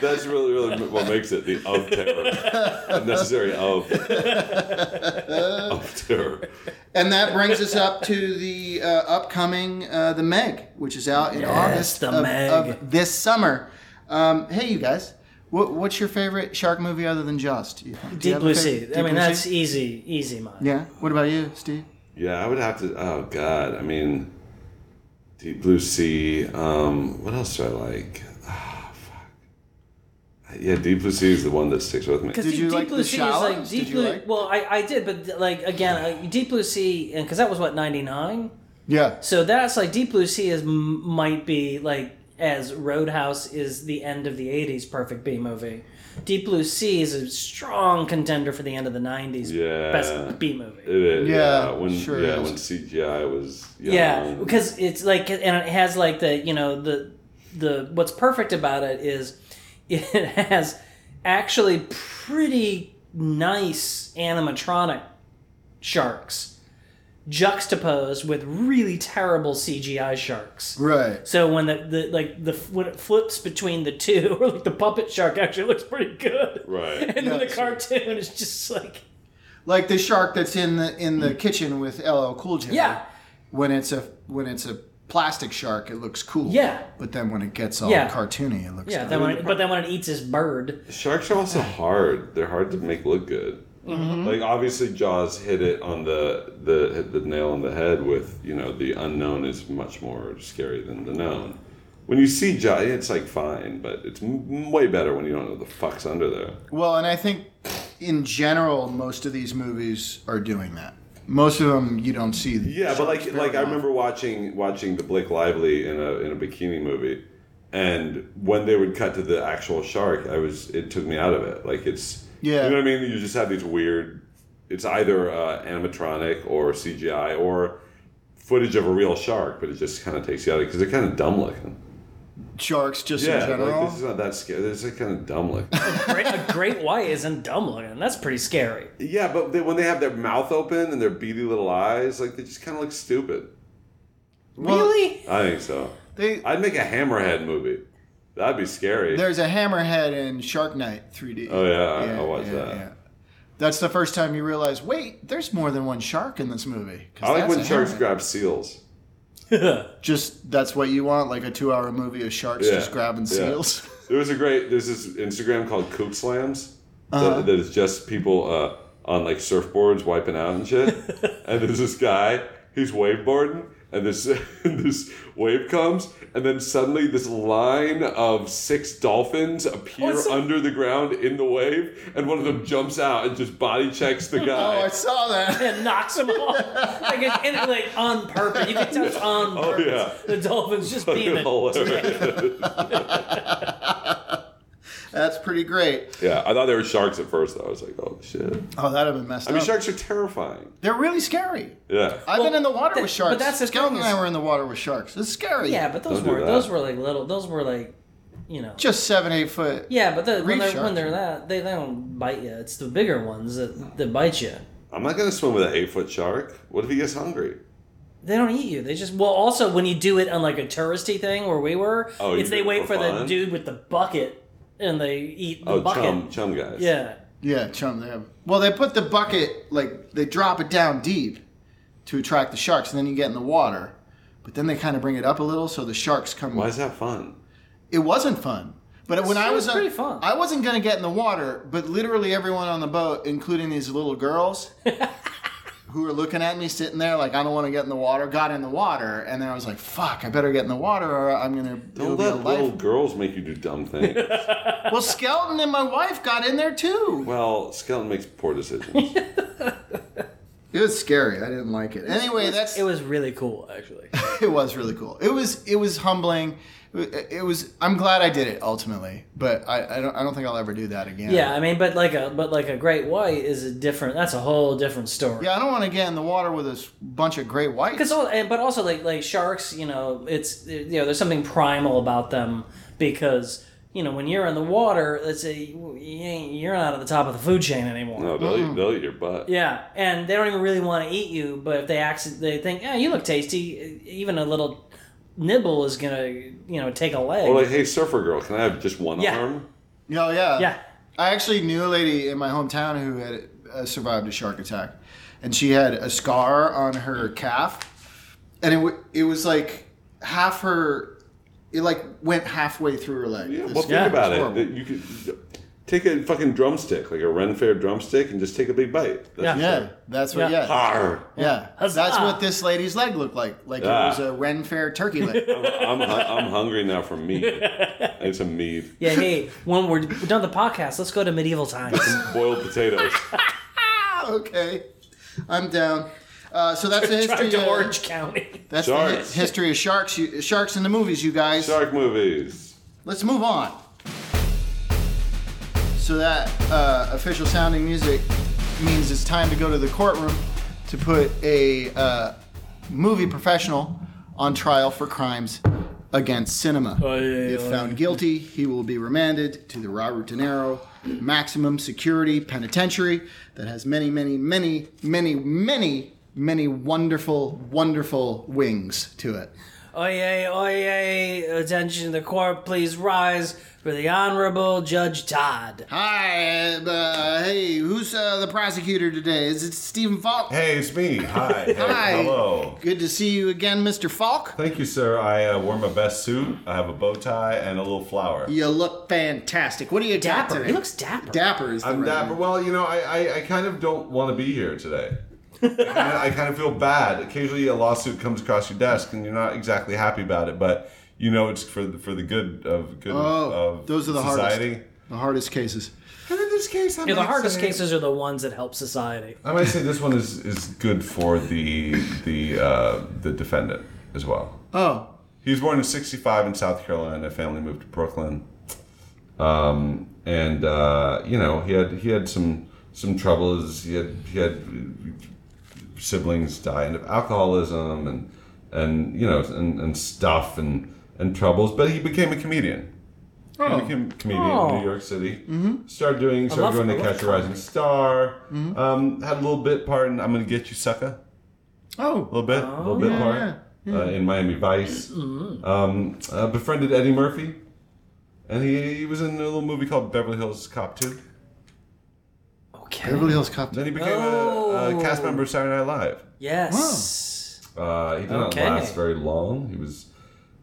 Speaker 3: That's really, really what makes it the of terror. Unnecessary of. Of terror.
Speaker 1: and that brings us up to the uh, upcoming uh, the Meg, which is out in August
Speaker 2: The
Speaker 1: of,
Speaker 2: Meg.
Speaker 1: of this summer. Um, hey, you guys, what, what's your favorite shark movie other than Jaws? Do you think? Do you
Speaker 2: Deep
Speaker 1: have a
Speaker 2: blue
Speaker 1: favorite?
Speaker 2: sea.
Speaker 1: Deep
Speaker 2: I mean,
Speaker 1: Blue
Speaker 2: that's
Speaker 1: Sea?
Speaker 2: easy, easy, man.
Speaker 1: yeah. What about you, Steve?
Speaker 3: Yeah, I would have to. Oh God, I mean, Deep Blue Sea. Um, what else do I like? Ah, fuck. Yeah, Deep Blue Sea is the one that sticks with me.
Speaker 2: Because
Speaker 1: Did
Speaker 2: Deep,
Speaker 1: you
Speaker 2: Deep
Speaker 1: like
Speaker 2: Blue
Speaker 1: the
Speaker 2: Sea is like
Speaker 1: Shallows?
Speaker 2: Deep
Speaker 1: Did you
Speaker 2: Blue.
Speaker 1: like-
Speaker 2: Well, I, I did, but like again, uh, Deep Blue Sea, because that was what ninety nine.
Speaker 1: Yeah.
Speaker 2: So that's like Deep Blue Sea is m- might be like as Roadhouse is the end of the '80s perfect B movie. Deep Blue Sea is a strong contender for the end of the '90s
Speaker 3: Yeah.
Speaker 2: best B movie.
Speaker 3: It is.
Speaker 1: Yeah,
Speaker 3: Yeah, when
Speaker 1: sure
Speaker 3: yeah
Speaker 1: is.
Speaker 3: when CGI was young.
Speaker 2: Yeah, because it's like, and it has like the you know the the what's perfect about it is it has actually pretty nice animatronic sharks juxtaposed with really terrible CGI sharks.
Speaker 1: Right.
Speaker 2: So when the, the like the when it flips between the two, or like the puppet shark actually looks pretty good,
Speaker 3: right.
Speaker 2: and then the
Speaker 1: Yeah,
Speaker 2: cartoon is just like
Speaker 1: Like the shark that's in the in the kitchen with LL Cool J.
Speaker 2: yeah.
Speaker 1: When it's a when it's a plastic shark, it looks cool.
Speaker 2: Yeah.
Speaker 1: But then when it gets all
Speaker 2: Yeah.
Speaker 1: cartoony, it looks.
Speaker 2: Yeah,
Speaker 1: bad.
Speaker 2: then when it, but then when it eats his bird,
Speaker 3: Sharks are also hard. They're hard to make look good. Like obviously, Jaws hit it on the the hit the nail on the head with you know the unknown is much more scary than the known. When you see Jaws, it's like fine, but it's m- way better when you don't know the fuck's under there.
Speaker 1: Well, and I think in general, most of these movies are doing that. Most of them you don't see.
Speaker 3: Yeah, but like like I remember watching watching the Blake Lively in a in a bikini movie, and when they would cut to the actual shark, I was it took me out of it. Like it's
Speaker 1: Yeah.
Speaker 3: you know what I mean. You just have these weird. It's either uh, animatronic or CGI or footage of a real shark, but it just kind of takes you out of it because they're kind of dumb looking.
Speaker 1: sharks just in
Speaker 3: Yeah,
Speaker 1: general.
Speaker 3: like this is not that scary. This is kind of dumb looking.
Speaker 2: great, a great white isn't dumb looking. That's pretty scary.
Speaker 3: yeah, but they, when they have their mouth open and their beady little eyes, like they just kind of look stupid.
Speaker 2: really?
Speaker 3: I think so.
Speaker 1: They-
Speaker 3: I'd make a Hammerhead movie. That'd be scary.
Speaker 1: There's a hammerhead in Shark Night 3D.
Speaker 3: oh yeah, I I watched that.
Speaker 1: That's the first time you realize, wait, there's more than one shark in this movie. 'Cause
Speaker 3: I like
Speaker 1: that's
Speaker 3: when
Speaker 1: a
Speaker 3: sharks
Speaker 1: hammerhead.
Speaker 3: grab seals.
Speaker 1: Just that's what you want, like a two-hour movie of sharks
Speaker 3: Yeah,
Speaker 1: just grabbing
Speaker 3: yeah.
Speaker 1: seals.
Speaker 3: There was a great. There's this Instagram called Kook Slams that, that is just people uh, on like surfboards wiping out and shit. and there's this guy. He's waveboarding
Speaker 5: and this this wave comes, and then suddenly this line of six dolphins appear
Speaker 2: What's up?
Speaker 5: under the ground in the wave, and one of them jumps out and just body checks the guy.
Speaker 1: Oh, I saw that.
Speaker 2: and knocks them off. like, it, and it, like on purpose. You can tell it's on purpose.
Speaker 5: Oh, yeah.
Speaker 2: The dolphin's just beaming.
Speaker 5: Hilarious.
Speaker 1: That's pretty great.
Speaker 5: yeah, I thought they were sharks at first. Though. I was like, oh shit.
Speaker 1: Oh, that'd have been messed
Speaker 5: I mean,
Speaker 1: up.
Speaker 5: sharks are terrifying.
Speaker 1: They're really scary.
Speaker 5: Yeah.
Speaker 1: I've been in the water
Speaker 2: that-
Speaker 1: with sharks.
Speaker 2: but that's the
Speaker 1: Skeleton
Speaker 2: thing
Speaker 1: and I
Speaker 2: is-
Speaker 1: were in the water with sharks. It's scary.
Speaker 2: Yeah, but those
Speaker 5: Don't do
Speaker 2: were
Speaker 5: that.
Speaker 2: those were like little. Those were like, you know.
Speaker 1: Just seven, eight foot.
Speaker 2: yeah, but the, when,
Speaker 1: reef
Speaker 2: they're,
Speaker 1: sharks.
Speaker 2: when they're that, they, they don't bite you. It's the bigger ones that, that bite you.
Speaker 5: I'm not gonna swim with an eight foot shark. What if he gets hungry?
Speaker 2: They don't eat you. They just well. Also, when you do it on like a touristy thing where we were,
Speaker 5: Oh, you
Speaker 2: it's
Speaker 5: do
Speaker 2: they
Speaker 5: it
Speaker 2: wait
Speaker 5: for
Speaker 2: for the
Speaker 5: fun?
Speaker 2: dude with the bucket and they eat the
Speaker 5: Oh,
Speaker 2: bucket.
Speaker 5: chum, chum guys.
Speaker 2: Yeah,
Speaker 1: Yeah, chum. They have. Well, they put the bucket like they drop it down deep to attract the sharks, and then you get in the water. But then they kind of bring it up a little, so the sharks come.
Speaker 5: Why is that fun?
Speaker 1: It wasn't fun. But when I
Speaker 2: It
Speaker 1: was,
Speaker 2: was
Speaker 1: on-
Speaker 2: pretty fun.
Speaker 1: I wasn't gonna get in the water, but literally everyone on the boat, including these little girls, who were looking at me sitting there like I don't want to get in the water, got in the water, and then I was like, "Fuck, I better get in the water, or I'm gonna
Speaker 5: Don't
Speaker 1: it'll be a
Speaker 5: let little
Speaker 1: life."
Speaker 5: girls make you do dumb things.
Speaker 1: Well, Skelton and my wife got in there too.
Speaker 5: well, Skeleton makes poor decisions.
Speaker 1: It was scary. I didn't like it. Anyway, that's
Speaker 2: it was really cool actually.
Speaker 1: it was really cool. It was it was humbling. It it was. I'm glad I did it ultimately, but I, I don't. I don't think I'll ever do that again.
Speaker 2: Yeah, I mean, but like a but like a great white is a different. That's a whole different story.
Speaker 1: Yeah. I don't want to get in the water with a s- bunch of great whites.
Speaker 2: Because all, and- but also like like sharks, you know, it's you know, there's something primal about them because you know when you're in the water, let's say you ain't, you're not at the top of the food chain anymore.
Speaker 5: no, they'll, eat, they'll eat your butt.
Speaker 2: Yeah, and they don't even really want to eat you, but if they accident, they think, yeah, you look tasty. Even a little nibble is gonna you know take a leg.
Speaker 5: Or like, hey, surfer girl, can I have just one
Speaker 2: Yeah.
Speaker 5: arm?
Speaker 1: Oh yeah.
Speaker 2: Yeah.
Speaker 1: I actually knew a lady in my hometown who had uh, survived a shark attack, and she had a scar on her calf, and it w- it was like half her. It like went halfway through her leg.
Speaker 5: Yeah,
Speaker 1: The
Speaker 5: well,
Speaker 1: scar
Speaker 5: think
Speaker 1: was
Speaker 5: about it.
Speaker 1: horrible.
Speaker 5: That You could take a fucking drumstick, like a Ren Fair drumstick, and just take a big bite. That's
Speaker 2: Yeah.
Speaker 1: Yeah, that's what.
Speaker 2: Yeah.
Speaker 1: Yeah,
Speaker 5: Arr.
Speaker 1: yeah,
Speaker 2: Huzzah. Ah.
Speaker 1: that's what this lady's leg looked like. Like
Speaker 5: Ah.
Speaker 1: it was a Ren Fair turkey leg.
Speaker 5: I'm, hu- I'm hungry now for meat. I need some meat.
Speaker 2: yeah, hey, when we're done with the podcast, let's go to medieval times.
Speaker 5: Boiled potatoes.
Speaker 1: Ah, okay, I'm down. Uh, so that's the
Speaker 2: Drive
Speaker 1: history.
Speaker 2: to
Speaker 1: of,
Speaker 2: Orange County.
Speaker 1: That's the hi-
Speaker 5: Sharks.
Speaker 1: history of sharks. You, sharks in the movies, you guys.
Speaker 5: Shark movies.
Speaker 1: Let's move on. So that uh, official sounding music means it's time to go to the courtroom to put a uh, movie professional on trial for crimes against cinema. if found guilty, he will be remanded to the Robert De Niro maximum security penitentiary that has many, many, many, many, many, many wonderful, wonderful wings to it.
Speaker 2: Oye, oye, attention the court, please rise for the Honorable Judge Todd.
Speaker 1: Hi, uh, hey, who's uh, the prosecutor today? Is it Stephen Falk?
Speaker 3: Hey, it's me. Hi. Hey,
Speaker 1: Hi.
Speaker 3: Hello.
Speaker 1: Good to see you again, Mr. Falk.
Speaker 3: Thank you, sir. I uh, wore my best suit. I have a bow tie and a little flower.
Speaker 1: You look fantastic. What do you got
Speaker 2: Dapper.
Speaker 1: today?
Speaker 2: He looks dapper.
Speaker 1: Dapper is the
Speaker 3: I'm
Speaker 1: right
Speaker 3: not,
Speaker 1: one.
Speaker 3: well, you know, I, I, I kind of don't want to be here today. I, kinda, I kind of feel bad. Occasionally, a lawsuit comes across your desk, and you're not exactly happy about it, but you know it's for the, for the good of good
Speaker 1: Oh,
Speaker 3: of
Speaker 1: those are the
Speaker 3: society.
Speaker 1: hardest. The hardest cases.
Speaker 3: And in this case, I
Speaker 2: You know, the
Speaker 3: might
Speaker 2: hardest
Speaker 3: say-
Speaker 2: cases are the ones that help society.
Speaker 3: I might say this one is, is good for the the uh, the defendant as well.
Speaker 1: Oh,
Speaker 3: He was born in '65 in South Carolina. Family moved to Brooklyn, um, and uh, you know he had he had some some troubles. He had he had siblings dying of alcoholism and and you know and, and stuff and and troubles. But he became a comedian. He became a comedian in
Speaker 2: Oh.
Speaker 3: New York City. Started doing started
Speaker 2: love-
Speaker 3: doing
Speaker 2: I love Mm-hmm.
Speaker 3: the Catch a Rising Star. Um, had a little bit part in I'm gonna get you sucker. A
Speaker 1: oh,
Speaker 3: little bit, a little bit part Uh, in Miami Vice. Um, uh, befriended Eddie Murphy, and he, he was in a little movie called Beverly Hills Cop Two.
Speaker 2: Okay.
Speaker 1: Beverly Hills Cop.
Speaker 3: Then he became a, a cast member of Saturday Night Live.
Speaker 2: Yes.
Speaker 3: Uh, he did not
Speaker 2: Okay.
Speaker 3: last very long. He was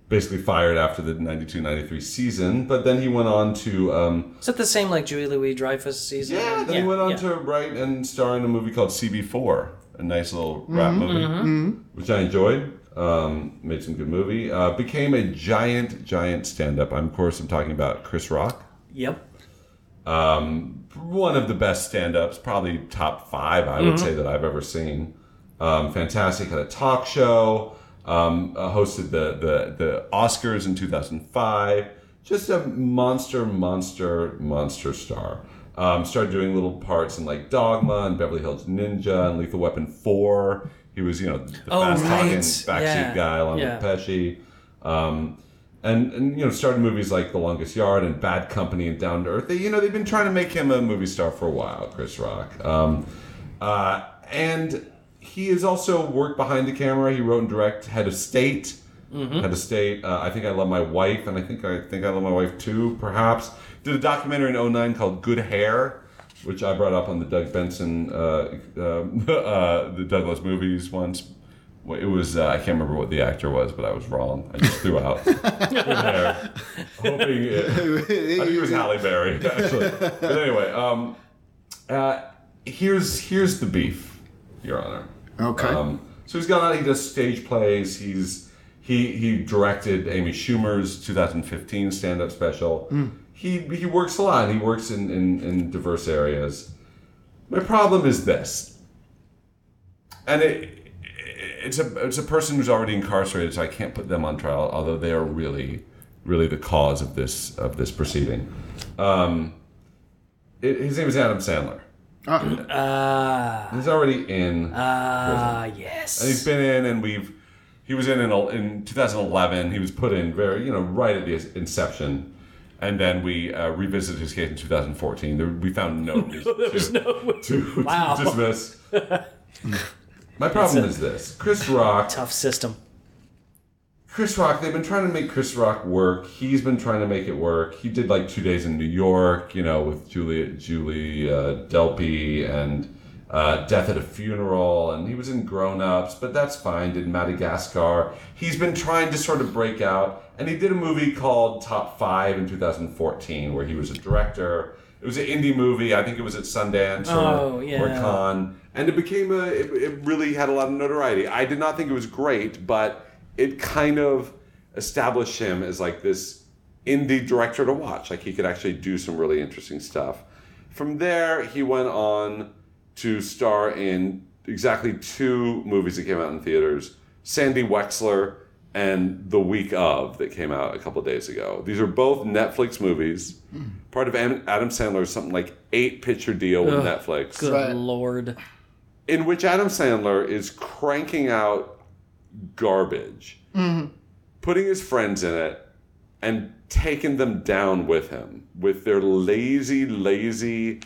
Speaker 3: basically fired after the 92-93 season, but then he went on to um,
Speaker 2: Is that the same like Julie Louis Dreyfus season?
Speaker 3: yeah, then he went on
Speaker 2: yeah.
Speaker 3: to write
Speaker 2: Mm-hmm.
Speaker 3: and star in a movie called CB4, a nice little rap movie, which I enjoyed. Um, made some good movie. Uh, became a giant, giant stand up. I'm, of course, I'm talking about Chris Rock.
Speaker 2: Yep.
Speaker 3: One of the best stand ups, probably top five, I
Speaker 2: Mm-hmm.
Speaker 3: would say, that I've ever seen. Um, fantastic. Had a talk show, um, uh, hosted the, the, the Oscars in 2005. Just a monster, monster, monster star. Um, started doing little parts in like Dogma and Beverly Hills Ninja and Lethal Weapon 4. He was, you know, the
Speaker 2: Oh,
Speaker 3: fast talking
Speaker 2: right.
Speaker 3: backseat
Speaker 2: Yeah.
Speaker 3: guy along
Speaker 2: Yeah.
Speaker 3: with Pesci. Um, and, and you know started movies like The Longest Yard and Bad Company and Down to Earth. They, you know they've been trying to make him a movie star for a while, Chris Rock. Um, uh, and he has also worked behind the camera. He wrote and directed Head of State, Head of State. Uh, I think I love my wife, and I think I think I love my wife too. Perhaps did a documentary in 09 called Good Hair. Which I brought up on the Doug Benson, uh, uh, uh, the Douglas movies once. Well, It was uh, I can't remember what the actor was, but I was wrong. I just threw out in there, hoping it, I think it was Halle Berry actually. But anyway, um, uh, here's here's the beef, Your Honor.
Speaker 1: Okay.
Speaker 3: Um, so he's gone out. He does stage plays. He's he he directed Amy Schumer's 2015 stand-up special. He he works a lot. He works in, in in diverse areas. My problem is this, and it it's a it's a person who's already incarcerated, so I can't put them on trial. Although they are really really the cause of this of this proceeding. Um, it, his name is Adam Sandler.
Speaker 2: Ah,
Speaker 3: He's already in.
Speaker 2: ah,
Speaker 3: And he's
Speaker 2: yes.
Speaker 3: been in, and we've. He was in in, el- in 2011. He was put in very, you know, right at the inception, and then we uh, revisited his case in 2014. There, we found no reason
Speaker 2: There was
Speaker 3: to,
Speaker 2: no
Speaker 3: to, to
Speaker 2: Wow.
Speaker 3: dismiss. My problem is this: Chris Rock.
Speaker 2: tough system.
Speaker 3: Chris Rock. They've been trying to make Chris Rock work. He's been trying to make it work. He did like two days in New York, you know, with Julia Julie uh, Delpy and uh, Death at a Funeral, and he was in Grown Ups, but that's fine. Did Madagascar. He's been trying to sort of break out, and he did a movie called Top Five in 2014, where he was a director. It was an indie movie. I think it was at Sundance or,
Speaker 2: Oh, yeah.
Speaker 3: or Cannes, and it became a. It, it really had a lot of notoriety. I did not think it was great, but it kind of established him as like this indie director to watch. Like he could actually do some really interesting stuff. From there, he went on to star in exactly two movies that came out in theaters: Sandy Wexler and The Week of, that came out a couple days ago. These are both Netflix movies. Part of Am- Adam Sandler's something like eight picture deal with Netflix
Speaker 2: Good
Speaker 1: Right.
Speaker 2: lord.
Speaker 3: in which Adam Sandler is cranking out garbage, putting his friends in it, and taking them down with him with their lazy, lazy.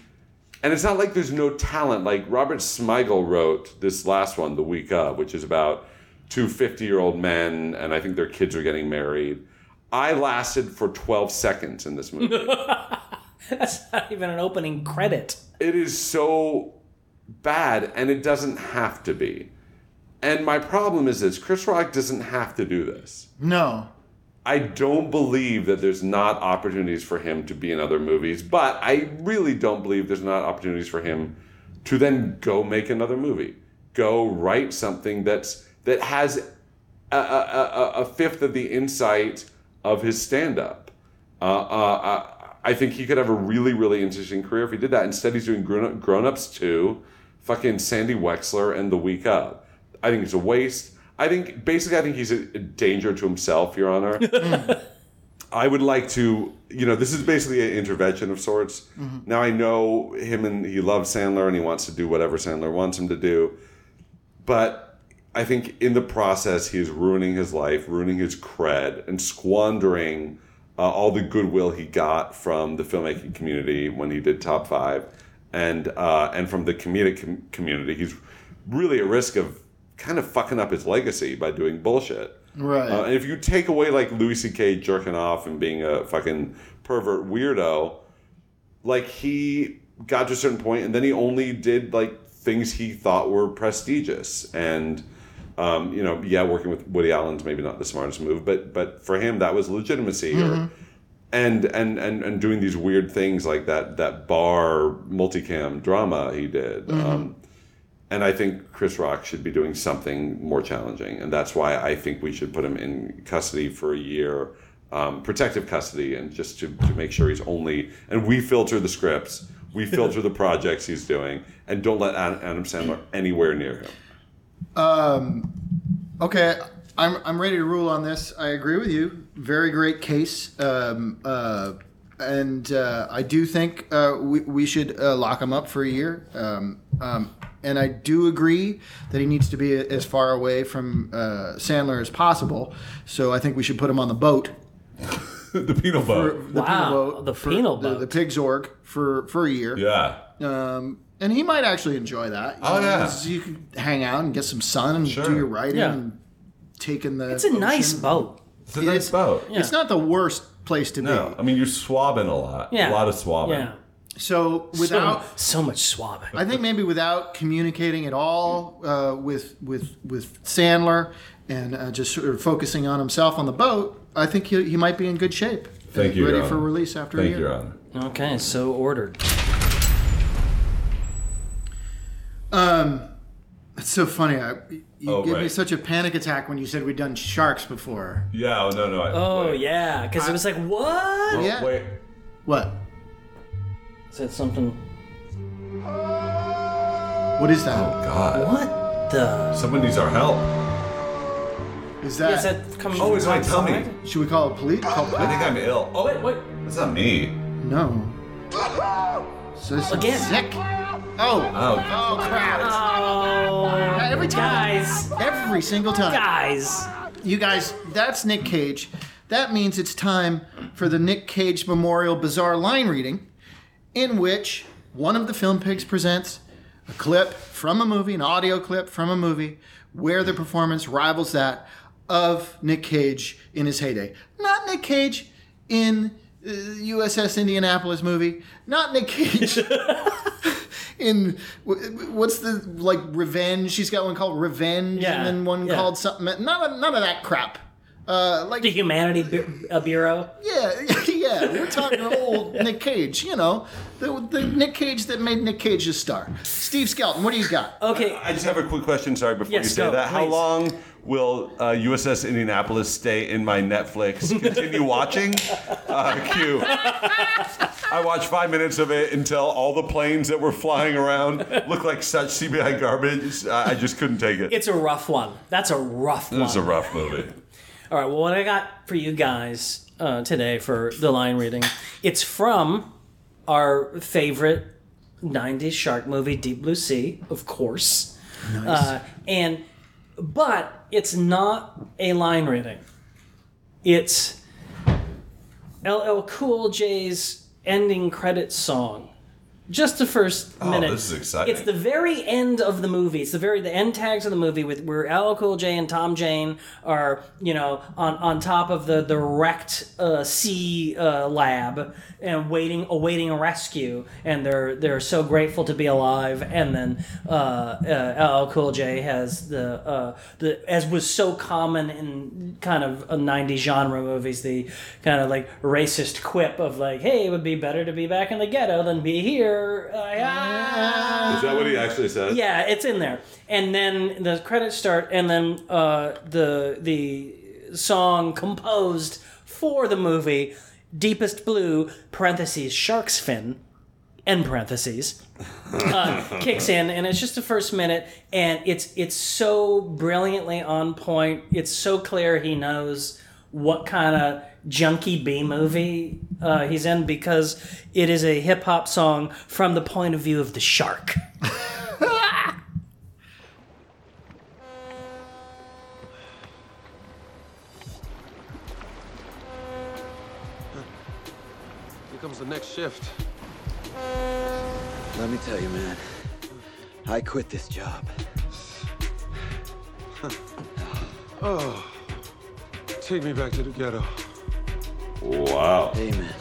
Speaker 3: And it's not like there's no talent. Like Robert Smigel wrote this last one, The Week of, which is about two 50 year old men, and I think their kids are getting married. I lasted for 12 seconds in this movie.
Speaker 2: That's not even an opening credit.
Speaker 3: it is so bad and it doesn't have to be and my problem is this chris rock doesn't have to do this
Speaker 1: no.
Speaker 3: i don't believe that there's not opportunities for him to be in other movies but i really don't believe there's not opportunities for him to then go make another movie go write something that's that has a, a, a, a- a fifth of the insight of his stand-up uh, uh, I, I think he could have a really, really interesting career if he did that. Instead, he's doing Grown, grown Ups 2, fucking Sandy Wexler, and The Week Up. I think it's a waste. I think, basically, I think he's a, a danger to himself, Your Honor. I would like to, you know, this is basically an intervention of sorts. Now I know him and he loves Sandler and he wants to do whatever Sandler wants him to do. But I think in the process, he is ruining his life, ruining his cred, and squandering uh, all the goodwill he got from the filmmaking community when he did Top Five, and uh, and from the comedic com- community. He's really at risk of kind of fucking up his legacy by doing bullshit.
Speaker 1: Right.
Speaker 3: Uh, and if you take away like Louis C.K. jerking off and being a fucking pervert weirdo, like he got to a certain point and then he only did like things he thought were prestigious and um, you know yeah working with woody allen's maybe not the smartest move but but for him that was legitimacy or and, and and and doing these weird things like that that bar multicam drama he did um,
Speaker 5: And I think Chris Rock should be doing something more challenging, and that's why I think we should put him in custody for a year, um, protective custody, and just to, to make sure he's only. And we filter the scripts, we filter the projects he's doing, and don't let Ad- Adam Sandler anywhere near him.
Speaker 1: Okay, I'm, I'm ready to rule on this. I agree with you. Very great case. Um, uh, and uh, I do think uh, we, we should uh, lock him up for a year. Um, um, and I do agree that he needs to be as far away from uh, Sandler as possible. So I think we should put him on the boat.
Speaker 3: the penal boat.
Speaker 1: The
Speaker 2: Wow, the
Speaker 1: for-
Speaker 2: penal
Speaker 1: The,
Speaker 2: boat.
Speaker 1: the pig's org for, for a year.
Speaker 3: Yeah.
Speaker 1: Um, and he might actually enjoy that.
Speaker 3: Oh, yeah.
Speaker 1: Because You could hang out and get some sun and
Speaker 3: Sure.
Speaker 1: do your writing
Speaker 2: Yeah.
Speaker 1: and take in the.
Speaker 3: Oh,
Speaker 2: It's a nice
Speaker 1: ocean.
Speaker 2: boat.
Speaker 3: It's a nice boat.
Speaker 1: It's not the worst place to
Speaker 3: No, I mean you're swabbing a lot.
Speaker 2: Yeah.
Speaker 3: A lot of swabbing.
Speaker 2: Yeah.
Speaker 1: be. So
Speaker 2: So-
Speaker 1: without,
Speaker 2: so, much swabbing.
Speaker 1: I think maybe without communicating at all uh, with with with Sandler and uh, just sort of focusing on himself on the boat, I think he, he might be in good shape.
Speaker 3: Thank you,
Speaker 1: Ready
Speaker 3: Your
Speaker 1: for
Speaker 3: Honor.
Speaker 1: release after a
Speaker 3: Thank
Speaker 1: year.
Speaker 3: you, Your Honor.
Speaker 2: Okay, so ordered.
Speaker 1: It's so funny. I, you
Speaker 3: Oh,
Speaker 1: gave me
Speaker 3: right.
Speaker 1: such a panic attack when you said we'd done sharks before.
Speaker 3: Yeah. Oh no no. I,
Speaker 2: Oh
Speaker 3: wait.
Speaker 2: yeah, because it was like what?
Speaker 3: Oh,
Speaker 1: Yeah.
Speaker 3: Wait.
Speaker 1: What?
Speaker 2: Is that something?
Speaker 1: What is that?
Speaker 3: Oh God.
Speaker 2: What the?
Speaker 3: Someone needs our help.
Speaker 1: Is that?
Speaker 2: Is that coming?
Speaker 3: Oh,
Speaker 2: from
Speaker 3: it's my tummy.
Speaker 2: outside?
Speaker 1: should we call a police? Call
Speaker 3: I
Speaker 1: police?
Speaker 3: think I'm ill. Oh wait wait. That's not me.
Speaker 1: No. So this is
Speaker 2: Again. Uh,
Speaker 1: Sick. Oh.
Speaker 3: Oh.
Speaker 1: Oh crap!
Speaker 2: Oh,
Speaker 1: Every time.
Speaker 2: guys,
Speaker 1: Every single time.
Speaker 2: guys.
Speaker 1: You guys, that's Nick Cage. That means it's time for the Nick Cage Memorial Bazaar line reading, in which one of the film pigs presents a clip from a movie, an audio clip from a movie, where the performance rivals that of Nick Cage in his heyday. Not Nick Cage in uh, USS Indianapolis movie. Not Nick Cage in wh- what's the like Revenge? She's got one called Revenge,
Speaker 2: Yeah,
Speaker 1: and then one
Speaker 2: yeah.
Speaker 1: called something. None of none of that crap. Uh, like
Speaker 2: The Humanity Bu- uh, Bureau.
Speaker 1: yeah, yeah, we're talking old Nick Cage. You know, the, the Nick Cage that made Nick Cage a star. Steve Skelton, what do you got?
Speaker 2: Okay,
Speaker 5: I just have a quick question. Sorry, before
Speaker 2: Yes,
Speaker 5: you say
Speaker 2: go,
Speaker 5: that, how
Speaker 2: please.
Speaker 5: long will uh, USS Indianapolis stay in my Netflix? Continue watching. Uh, Q. I watched five minutes of it until all the planes that were flying around looked like such CBI garbage. I, I just couldn't take it.
Speaker 2: it's a rough one. That's a rough one.
Speaker 5: It was a rough movie.
Speaker 2: All right. Well, what I got for you guys uh, today for the line reading, it's from our favorite '90s shark movie, Deep Blue Sea, of course. Nice. Uh, and but it's not a line reading. It's LL Cool J's ending credits song. Just the first minute.
Speaker 3: Oh, this is exciting.
Speaker 2: It's the very end of the movie. It's the very the end tags of the movie with where LL Cool J and Tom Jane are, you know, on on top of the the wrecked uh, sea uh, lab and waiting awaiting a rescue, and they're they're so grateful to be alive. And then uh, uh, LL Cool J has the uh, the as was so common in kind of a '90s genre movies, the kind of like racist quip of like, "Hey, it would be better to be back in the ghetto than be here." Like, ah.
Speaker 5: Is that what he actually said?
Speaker 2: Yeah, it's in there. And then the credits start, and then uh, the the song composed for the movie, "Deepest Blue" (parentheses Shark's Fin) end parentheses uh, kicks in and it's just the first minute and it's it's so brilliantly on point it's so clear he knows what kind of junky b movie uh, he's in because it is a hip-hop song from the point of view of the shark
Speaker 6: Here comes the next shift.
Speaker 7: Let me tell you, man, I quit this job.
Speaker 6: Take me back to the ghetto.
Speaker 5: Wow.
Speaker 7: Amen.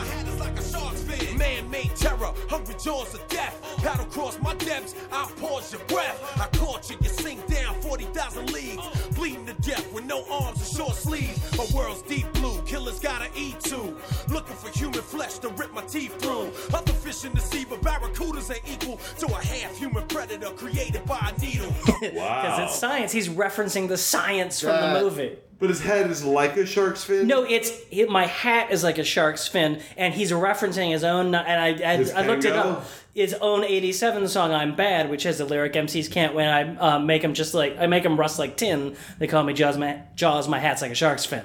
Speaker 8: atmosphere, man-made terror, hungry jaws of death. Paddle cross my depths, I pause your breath. I caught you, you sink down 40,000 leagues, bleeding to death with no arms and short sleeves. A world's deep blue, killers gotta eat too. Looking for human flesh to rip my teeth through. Other fish in the sea, but barracudas ain't equal to a half-human predator created by a needle.
Speaker 2: Because
Speaker 5: Wow.
Speaker 2: it's science. He's referencing the science from
Speaker 1: That-
Speaker 2: the movie.
Speaker 5: But his head is like a shark's fin.
Speaker 2: No, it's it, my hat is like a shark's fin, and he's referencing his own. And I
Speaker 5: His
Speaker 2: I, I looked it
Speaker 5: tango?
Speaker 2: up. His own '87 song "I'm Bad," which has the lyric "MCs can't win." I uh, make them just like I make them rust like tin. They call me Jaws. My Jaws. My hat's like a shark's fin.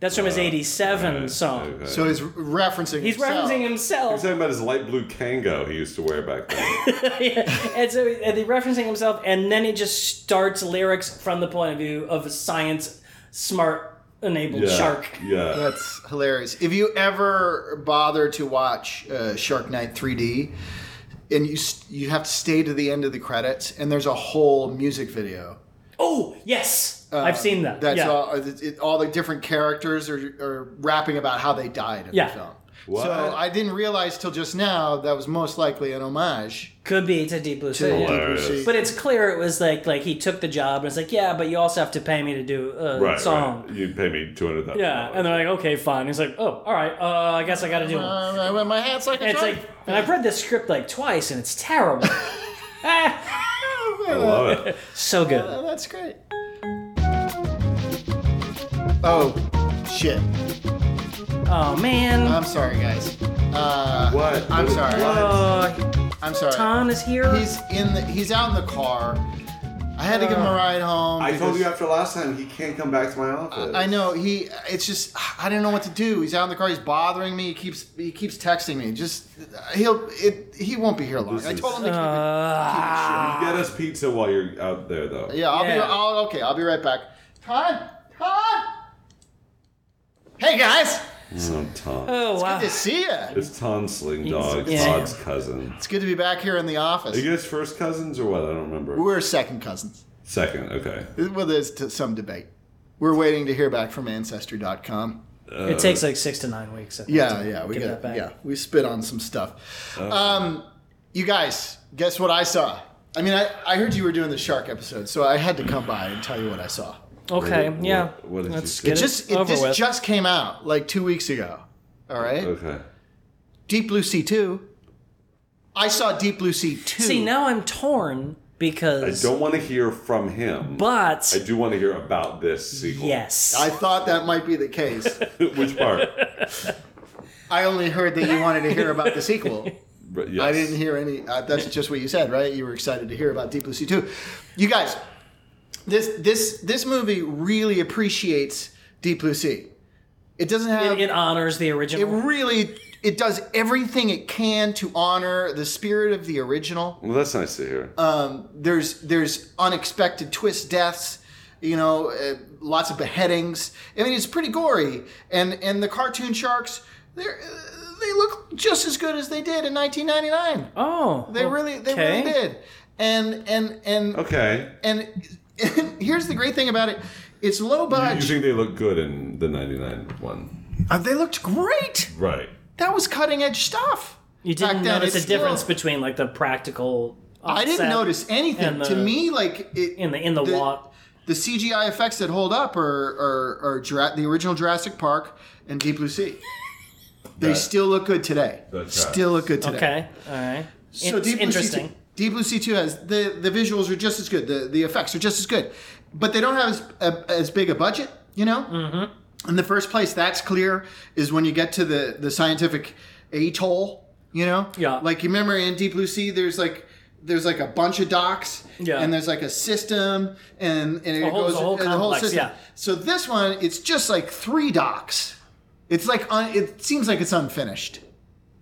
Speaker 2: That's from his '87 song.
Speaker 5: Okay.
Speaker 1: So he's referencing.
Speaker 2: He's
Speaker 1: himself.
Speaker 2: referencing himself,
Speaker 5: He's talking about his light blue Kango he used to wear back then.
Speaker 2: and so and he's referencing himself, and then he just starts lyrics from the point of view of a science smart enabled
Speaker 5: Yeah.
Speaker 2: shark.
Speaker 5: Yeah.
Speaker 1: That's hilarious. If you ever bother to watch uh, Shark Night 3D, and you s- you have to stay to the end of the credits, and there's a whole music video.
Speaker 2: Oh yes, I've seen that.
Speaker 1: Um, That's
Speaker 2: yeah.
Speaker 1: all. It, it- all the different characters are, are rapping about how they died in
Speaker 2: Yeah.
Speaker 1: the film.
Speaker 5: What?
Speaker 1: So I didn't realize till just now that was most likely an homage.
Speaker 2: Could be to Deep
Speaker 1: to
Speaker 2: Blue Sea.
Speaker 5: Hilarious.
Speaker 1: Deep Blue Sea.
Speaker 2: But it's clear it was like like he took the job and it's like yeah, but you also have to pay me to do a
Speaker 5: Right,
Speaker 2: song.
Speaker 5: right. You pay me two hundred thousand.
Speaker 2: Yeah, and they're like okay, fine. He's like oh, all right, uh, I guess I got to do one.
Speaker 1: Uh, my- my hat's like a
Speaker 2: And it's
Speaker 1: shark.
Speaker 2: like and I've read this script like twice and it's terrible. ah,
Speaker 5: I love it.
Speaker 2: so good.
Speaker 1: Oh, that's great. Oh, shit.
Speaker 2: Oh man,
Speaker 1: I'm sorry, guys. Uh,
Speaker 5: What?
Speaker 1: I'm
Speaker 5: What?
Speaker 1: sorry.
Speaker 2: uh,
Speaker 1: I'm sorry.
Speaker 2: Tom is here.
Speaker 1: He's in the. He's out in the car. I had to give him a ride home.
Speaker 5: I told
Speaker 1: because-
Speaker 5: you after last time he can't come back to my office.
Speaker 1: I know he. It's just I don't know what to do. He's out in the car. He's bothering me. He keeps he keeps texting me. Just he'll it. He won't be here long.
Speaker 5: This
Speaker 1: I told
Speaker 5: is-
Speaker 1: him to keep
Speaker 2: Ah.
Speaker 5: You get us pizza while you're out there though.
Speaker 1: it. Yeah, I'll be.
Speaker 2: Yeah.
Speaker 1: I'll, okay, I'll be right back. Todd, Todd. Hey guys,
Speaker 5: Oh, Tom.
Speaker 2: oh wow.
Speaker 1: good to see you.
Speaker 5: It's Tonsling Dog,
Speaker 2: Yeah.
Speaker 5: Todd's cousin.
Speaker 1: It's good to be back here in the
Speaker 5: Are
Speaker 1: office.
Speaker 5: you guys first cousins or what? I don't remember.
Speaker 1: We're second cousins.
Speaker 5: Second, okay.
Speaker 1: Well, there's t- some debate. We're waiting to hear back from Ancestry.com.
Speaker 2: It takes like six to nine weeks. I think,
Speaker 1: Yeah,
Speaker 2: to
Speaker 1: yeah, we
Speaker 2: get
Speaker 1: got,
Speaker 2: that back.
Speaker 1: yeah, we spit on some stuff. Um, you guys, guess what I saw? I mean, I, I heard you were doing the shark episode, so I had to come by and tell you what I saw.
Speaker 2: Okay,
Speaker 5: What-
Speaker 2: yeah.
Speaker 5: what- what did
Speaker 2: Let's
Speaker 5: you
Speaker 2: get
Speaker 5: say?
Speaker 2: it
Speaker 1: Just it
Speaker 2: over
Speaker 1: just,
Speaker 2: with.
Speaker 1: just came out like two weeks ago. All right,
Speaker 3: Oh,
Speaker 5: Okay.
Speaker 1: Deep Blue Sea two. I saw Deep Blue Sea two.
Speaker 2: See, now I'm torn
Speaker 5: I
Speaker 2: because
Speaker 5: don't want to hear from him,
Speaker 2: but
Speaker 5: I do want to hear about this sequel.
Speaker 2: yes.
Speaker 1: I thought that might be the case.
Speaker 5: Which part?
Speaker 1: I only heard that you wanted to hear about the sequel.
Speaker 5: But yes.
Speaker 1: I didn't hear any. Uh, that's just what you said, right? You were excited to hear about Deep Blue Sea Two. You guys, this this this movie really appreciates Deep Blue Sea. It doesn't have.
Speaker 2: it, it
Speaker 1: It,
Speaker 2: honors the original.
Speaker 1: really it does everything it can to honor the spirit of the original.
Speaker 5: Well, that's nice to hear.
Speaker 1: Uh, There's there's unexpected twist deaths. You know, uh, lots of beheadings. I mean, it's pretty gory, and and the cartoon sharks. They're, uh, they look just as good as they did in 1999.
Speaker 2: oh,
Speaker 1: They really, they
Speaker 2: okay.
Speaker 1: really did. And and and
Speaker 5: okay.
Speaker 1: and, and here's the great thing about it: it's low
Speaker 5: You, you
Speaker 1: budget.
Speaker 5: think they look good in the 99 one?
Speaker 1: Uh, they looked great.
Speaker 5: Right.
Speaker 1: That was cutting edge stuff.
Speaker 2: You
Speaker 1: Back
Speaker 2: didn't
Speaker 1: then,
Speaker 2: notice
Speaker 1: it's
Speaker 2: the difference
Speaker 1: still-
Speaker 2: between like the practical.
Speaker 1: I didn't
Speaker 2: offset
Speaker 1: notice anything.
Speaker 2: and
Speaker 1: to
Speaker 2: the-
Speaker 1: me, like it,
Speaker 2: in the in the, walk.
Speaker 1: the CGI effects that hold up are are, are Jura- the original Jurassic Park and Deep Blue Sea. They
Speaker 5: That-
Speaker 1: still look good today.
Speaker 5: That's right.
Speaker 1: Still look good today.
Speaker 2: Okay, all right.
Speaker 1: So
Speaker 2: it's
Speaker 1: Deep Blue
Speaker 2: interesting.
Speaker 1: Sea, Deep Blue Sea Two has the the visuals are just as good. The the effects are just as good, but they don't have as a, as big a budget. You know. Mm-hmm. In the first place, that's clear is when you get to the the scientific atoll. You know.
Speaker 2: Yeah.
Speaker 1: Like you remember in Deep Blue Sea, there's like. There's like a bunch of docks,
Speaker 2: Yeah.
Speaker 1: and there's like a system, and, and it
Speaker 2: whole-
Speaker 1: goes
Speaker 2: the whole
Speaker 1: and
Speaker 2: complex, yeah.
Speaker 1: So this one, it's just like three docks. It's like un, it seems like it's unfinished.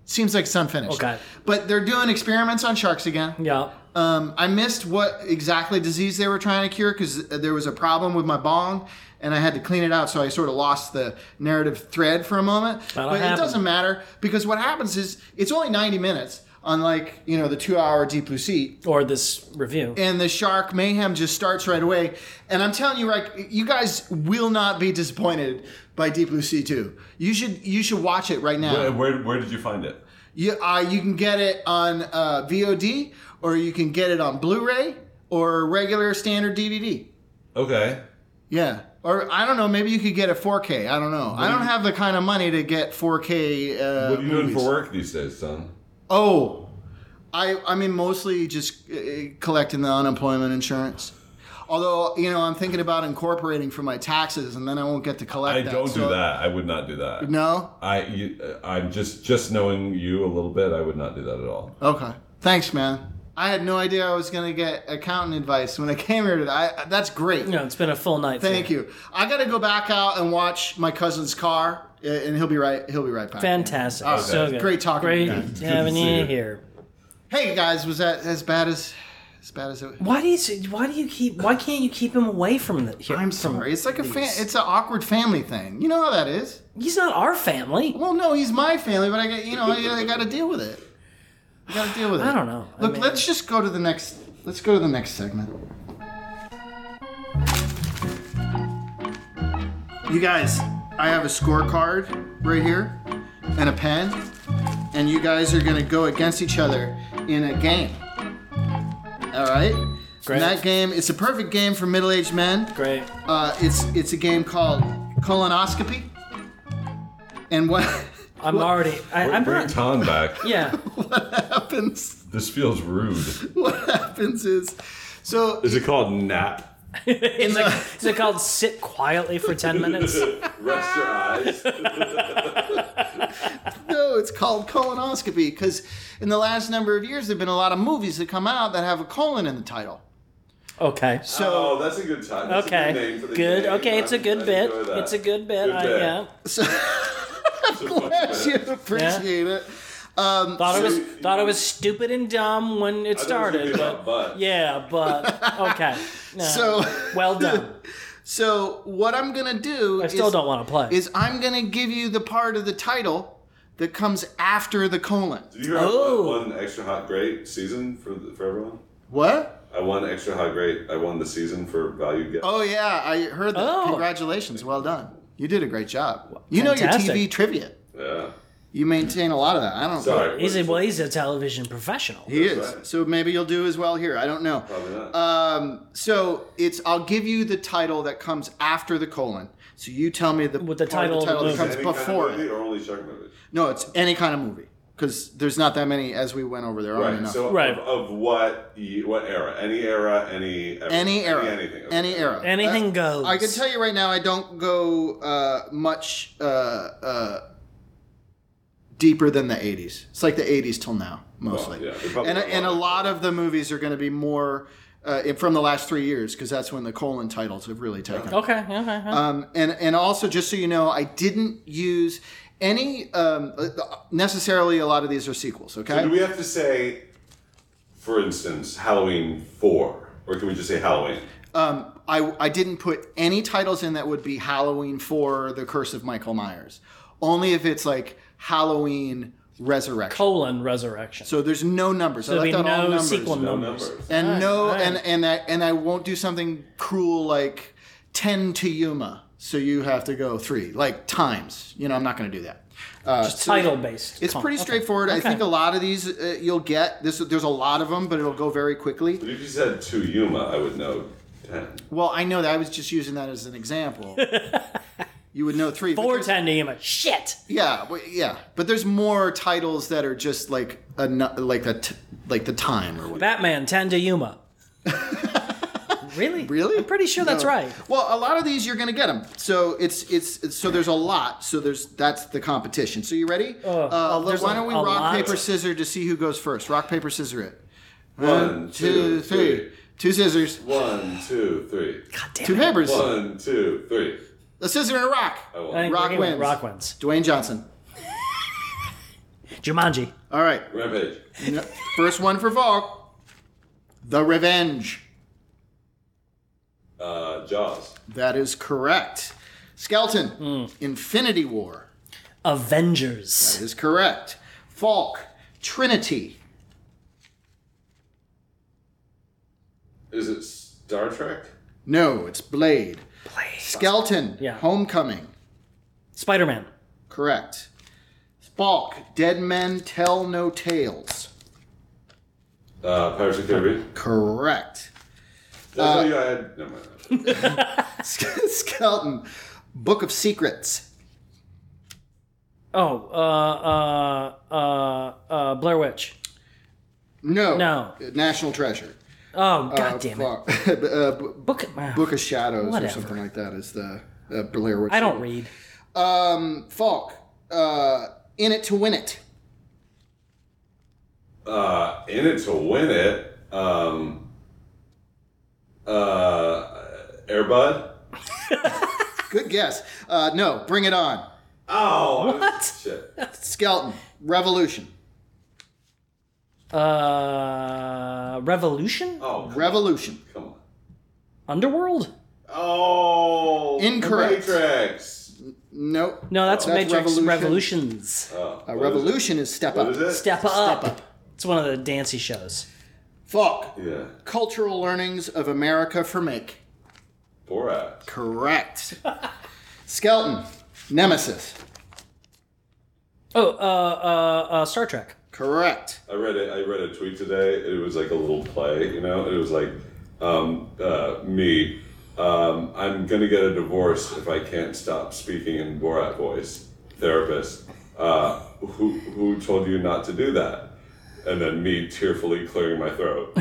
Speaker 1: Seems like it's unfinished.
Speaker 2: Okay.
Speaker 1: But they're doing experiments on sharks again.
Speaker 2: Yeah.
Speaker 1: Um, I missed what exactly disease they were trying to cure because there was a problem with my bong, and I had to clean it out, so I sort of lost the narrative thread for a moment.
Speaker 2: That'll
Speaker 1: but
Speaker 2: happen.
Speaker 1: it doesn't matter because what happens is it's only ninety minutes. unlike you know the two-hour Deep Blue Sea
Speaker 2: or this review.
Speaker 1: and the shark mayhem just starts right away. And I'm telling you, right, you guys will not be disappointed by Deep Blue Sea 2. You should you should watch it right
Speaker 5: Where,
Speaker 1: now.
Speaker 5: where, where did you find it?
Speaker 1: You uh, you can get it on uh, VOD or you can get it on Blu-ray or regular standard DVD.
Speaker 5: Okay.
Speaker 1: Yeah. Or I don't know, maybe you could get a 4K. I don't know. I don't have the kind of money to get 4K. Uh,
Speaker 5: What are you doing
Speaker 1: movies.
Speaker 5: for work these days, son?
Speaker 1: Oh, I I mean mostly just uh, collecting the unemployment insurance. Although you know I'm thinking about incorporating for my taxes, and then I won't get to collect.
Speaker 5: I
Speaker 1: that,
Speaker 5: don't do
Speaker 1: so-
Speaker 5: that. I would not do that.
Speaker 1: No.
Speaker 5: I you, uh, I'm just just knowing you a little bit. I would not do that at all.
Speaker 1: Okay. Thanks, man. I had no idea I was gonna get accountant advice when I came here today. I, that's great.
Speaker 2: You know, it's been a full night. for
Speaker 1: Thank you. I gotta go back out and watch my cousin's car, uh, and he'll be right. He'll be right back.
Speaker 2: Fantastic.
Speaker 5: Oh,
Speaker 1: Okay.
Speaker 2: So good.
Speaker 1: Great talking to
Speaker 2: Great
Speaker 1: you guys.
Speaker 2: having
Speaker 5: Good to see
Speaker 2: you
Speaker 5: you.
Speaker 2: here.
Speaker 1: Hey guys, was that as bad as as bad as it?
Speaker 2: Why do you? s- Why do you keep? Why can't you keep him away from the? Here,
Speaker 1: I'm
Speaker 2: from-
Speaker 1: sorry. It's like a fa- it's an awkward family thing. You know how that is.
Speaker 2: He's not our family.
Speaker 1: Well, no, he's my family, but I got you know I, I got to deal with it. I got to deal with it.
Speaker 2: I don't know. I
Speaker 1: Look,
Speaker 2: mean-
Speaker 1: let's just go to the next. Let's go to the next segment. You guys, I have a scorecard right here and a pen, and you guys are gonna go against each other in a game. All right.
Speaker 2: Great.
Speaker 1: And that game, it's a perfect game for middle-aged men.
Speaker 2: Great.
Speaker 1: Uh, it's it's a game called colonoscopy. And what
Speaker 2: I'm already. I,
Speaker 5: Bring,
Speaker 2: I'm
Speaker 5: bring
Speaker 2: not.
Speaker 5: Tom back.
Speaker 2: Yeah.
Speaker 1: happens
Speaker 5: This feels rude.
Speaker 1: what happens is so
Speaker 5: Is it called nap?
Speaker 2: It's like, is it called sit quietly for ten minutes?
Speaker 5: Rest your eyes.
Speaker 2: Oh.
Speaker 1: no, it's called colonoscopy because in the last number of years there've been a lot of movies that come out that have a colon in the title.
Speaker 2: Okay.
Speaker 1: So
Speaker 5: Oh, that's a good time. That's a
Speaker 2: Okay.
Speaker 5: good. name for the
Speaker 2: Good.
Speaker 5: game.
Speaker 2: Okay, it's a
Speaker 5: I- I
Speaker 2: good bit.
Speaker 5: enjoy that.
Speaker 2: It's a good bit. I,
Speaker 5: bit.
Speaker 2: yeah.
Speaker 5: It's a fun
Speaker 2: Oh.
Speaker 5: bit.
Speaker 1: you appreciate it.
Speaker 2: Thought it was thought it was stupid and dumb when
Speaker 5: I thought it
Speaker 2: it
Speaker 5: was
Speaker 2: started,
Speaker 5: gonna be
Speaker 2: but
Speaker 5: about butt.
Speaker 2: yeah, but okay. No.
Speaker 1: So
Speaker 2: well done.
Speaker 1: so what I'm gonna do
Speaker 2: I still
Speaker 1: is,
Speaker 2: don't want to play.
Speaker 1: is I'm gonna give you the part of the title that comes after the colon.
Speaker 5: Did you hear I
Speaker 2: Oh.
Speaker 5: won one extra hot great season for the, for everyone?
Speaker 1: What?
Speaker 5: I won extra hot great. I won the season for value get.
Speaker 1: Oh yeah, I heard that.
Speaker 2: Oh.
Speaker 1: Congratulations, well done. You did a great job. You know
Speaker 2: Fantastic.
Speaker 1: your TV trivia.
Speaker 5: Yeah.
Speaker 1: You maintain a lot of that. I don't.
Speaker 5: Sorry.
Speaker 2: he's a, well, he's a television professional.
Speaker 1: He is.
Speaker 5: right.
Speaker 1: So maybe you'll do as well here. I don't know.
Speaker 3: Oh,
Speaker 5: Probably not.
Speaker 2: Uh,
Speaker 1: Um, so it's I'll give you the title that comes after the colon. So you tell me the,
Speaker 2: With the
Speaker 1: part of
Speaker 2: title of the
Speaker 1: that comes
Speaker 5: Any
Speaker 1: before
Speaker 5: kind of movie
Speaker 1: it.
Speaker 5: or only shark movies?
Speaker 1: No, it's any kind of movie because there's not that many as we went over there. aren't
Speaker 5: Right.
Speaker 1: enough.
Speaker 5: So
Speaker 2: Right.
Speaker 5: Of, of what ye- what era? Any era? Any everything,
Speaker 1: any era,
Speaker 5: Any, anything. okay.
Speaker 1: any era,
Speaker 2: Anything
Speaker 1: Uh,
Speaker 2: goes.
Speaker 1: I can tell you right now, I don't go uh, much uh, uh, deeper than the '80s. It's like the '80s till now, mostly.
Speaker 5: yeah, they're probably
Speaker 1: and
Speaker 5: not
Speaker 1: and a
Speaker 5: wrong.
Speaker 1: lot of the movies are going to be more uh, in- from the last three years because that's when the colon titles have really taken. off.
Speaker 2: Okay. Okay. okay.
Speaker 1: Um, and and also, just so you know, I didn't use any um, uh, necessarily. A lot of these are sequels. Okay.
Speaker 5: So do we have to say, for instance, Halloween four, or can we just say Halloween?
Speaker 1: I, I didn't put any titles in that would be Halloween for The Curse of Michael Myers. Only if it's like Halloween Resurrection.
Speaker 2: Colon resurrection.
Speaker 1: so there's no numbers. I
Speaker 2: There'll be
Speaker 1: left out all
Speaker 2: no
Speaker 1: numbers.
Speaker 2: sequel
Speaker 5: No
Speaker 2: numbers.
Speaker 5: numbers.
Speaker 1: And no,
Speaker 2: Alright,
Speaker 1: and and I and I won't do something cruel like ten to Yuma. So you have to go three like times. You know, I'm not going to do that. Uh,
Speaker 2: Just title based.
Speaker 1: it's pretty straightforward. I think a lot of these uh, you'll get. This there's a lot of them, but it'll go very quickly.
Speaker 5: But if you said two Yuma, I would know ten.
Speaker 1: Well, I know that I was just using that as an example. you would know three. but
Speaker 2: Four
Speaker 1: there's-
Speaker 2: ten to him. Shit.
Speaker 1: Yeah, well, yeah, but there's more titles that are just like a nu- like the t- like the time or whatever.
Speaker 2: Batman ten to Yuma. really?
Speaker 1: Really?
Speaker 2: I'm pretty sure that's
Speaker 1: No.
Speaker 2: right.
Speaker 1: Well, a lot of these you're gonna get them. So it's it's, it's- so there's a lot. So there's that's the competition. So you ready? uh,
Speaker 2: there's
Speaker 1: why
Speaker 2: a-
Speaker 1: don't we
Speaker 2: a
Speaker 1: rock
Speaker 2: lot.
Speaker 1: paper scissors to see who goes first? Rock paper scissors it.
Speaker 5: One, two, three.
Speaker 1: Two scissors.
Speaker 5: One, two, three.
Speaker 2: God damn
Speaker 1: Two
Speaker 2: it.
Speaker 1: papers.
Speaker 5: One, two, three.
Speaker 1: A scissor and a rock.
Speaker 5: I
Speaker 2: I
Speaker 5: won.
Speaker 2: think
Speaker 1: Rock
Speaker 2: we're gonna-
Speaker 1: wins.
Speaker 2: Rock wins.
Speaker 1: Dwayne Johnson.
Speaker 2: Jumanji.
Speaker 1: All right.
Speaker 5: Rampage.
Speaker 1: No- First one for Volk. The Revenge.
Speaker 5: Uh, Jaws.
Speaker 1: That is correct. Skeleton.
Speaker 2: Hmm.
Speaker 1: Infinity War.
Speaker 2: Avengers.
Speaker 1: Is correct. Falk. Trinity.
Speaker 3: Is it Star Trek?
Speaker 1: No, it's Blade. Blade. Skeleton.
Speaker 2: Yeah.
Speaker 1: Homecoming.
Speaker 2: Spider Man.
Speaker 1: Correct. Balk. Dead Men Tell No Tales.
Speaker 3: Uh, Pirates of the Caribbean.
Speaker 1: Correct.
Speaker 3: Did
Speaker 1: uh,
Speaker 3: I tell you I had? Never mind.
Speaker 1: Skeleton. Book of Secrets.
Speaker 2: Oh, uh, uh, uh, uh, Blair Witch.
Speaker 1: No.
Speaker 2: No.
Speaker 1: National Treasure.
Speaker 2: Oh, god damn it.
Speaker 1: it. uh, b-
Speaker 2: Book, ah,
Speaker 1: Uh, Book of Shadows or
Speaker 2: Whatever.
Speaker 1: something like that is the uh, Blair Witch.
Speaker 2: I don't read.
Speaker 1: Um, Falk. Uh, in it to win it.
Speaker 3: Uh, in it to win it. Um, uh, Airbud.
Speaker 1: Good guess. Uh, no, bring it on.
Speaker 3: Oh what? Shit.
Speaker 1: Skeleton. Revolution.
Speaker 2: Uh, Revolution?
Speaker 3: Oh come,
Speaker 1: Revolution.
Speaker 3: come on.
Speaker 2: Underworld?
Speaker 3: Oh,
Speaker 1: Incorrect.
Speaker 3: The Matrix.
Speaker 1: Nope.
Speaker 2: No, that's,
Speaker 1: That's
Speaker 2: Matrix
Speaker 1: Revolution.
Speaker 2: Revolutions.
Speaker 1: Uh, revolution is step
Speaker 3: What
Speaker 1: up.
Speaker 3: is it?
Speaker 2: Step up. It's one of the dancey shows.
Speaker 1: Falk.
Speaker 3: Yeah.
Speaker 1: Cultural learnings of America for make.
Speaker 3: Borat.
Speaker 1: Correct. Skeleton. Nemesis.
Speaker 2: Oh, uh, uh, uh, Star Trek.
Speaker 1: Correct.
Speaker 3: I read it. I read a tweet today. It was like a little play, you know. It was like, um, uh, me. Um, I'm gonna get a divorce if I can't stop speaking in Borat voice. Therapist, uh, who who told you not to do that? And then me tearfully clearing my throat.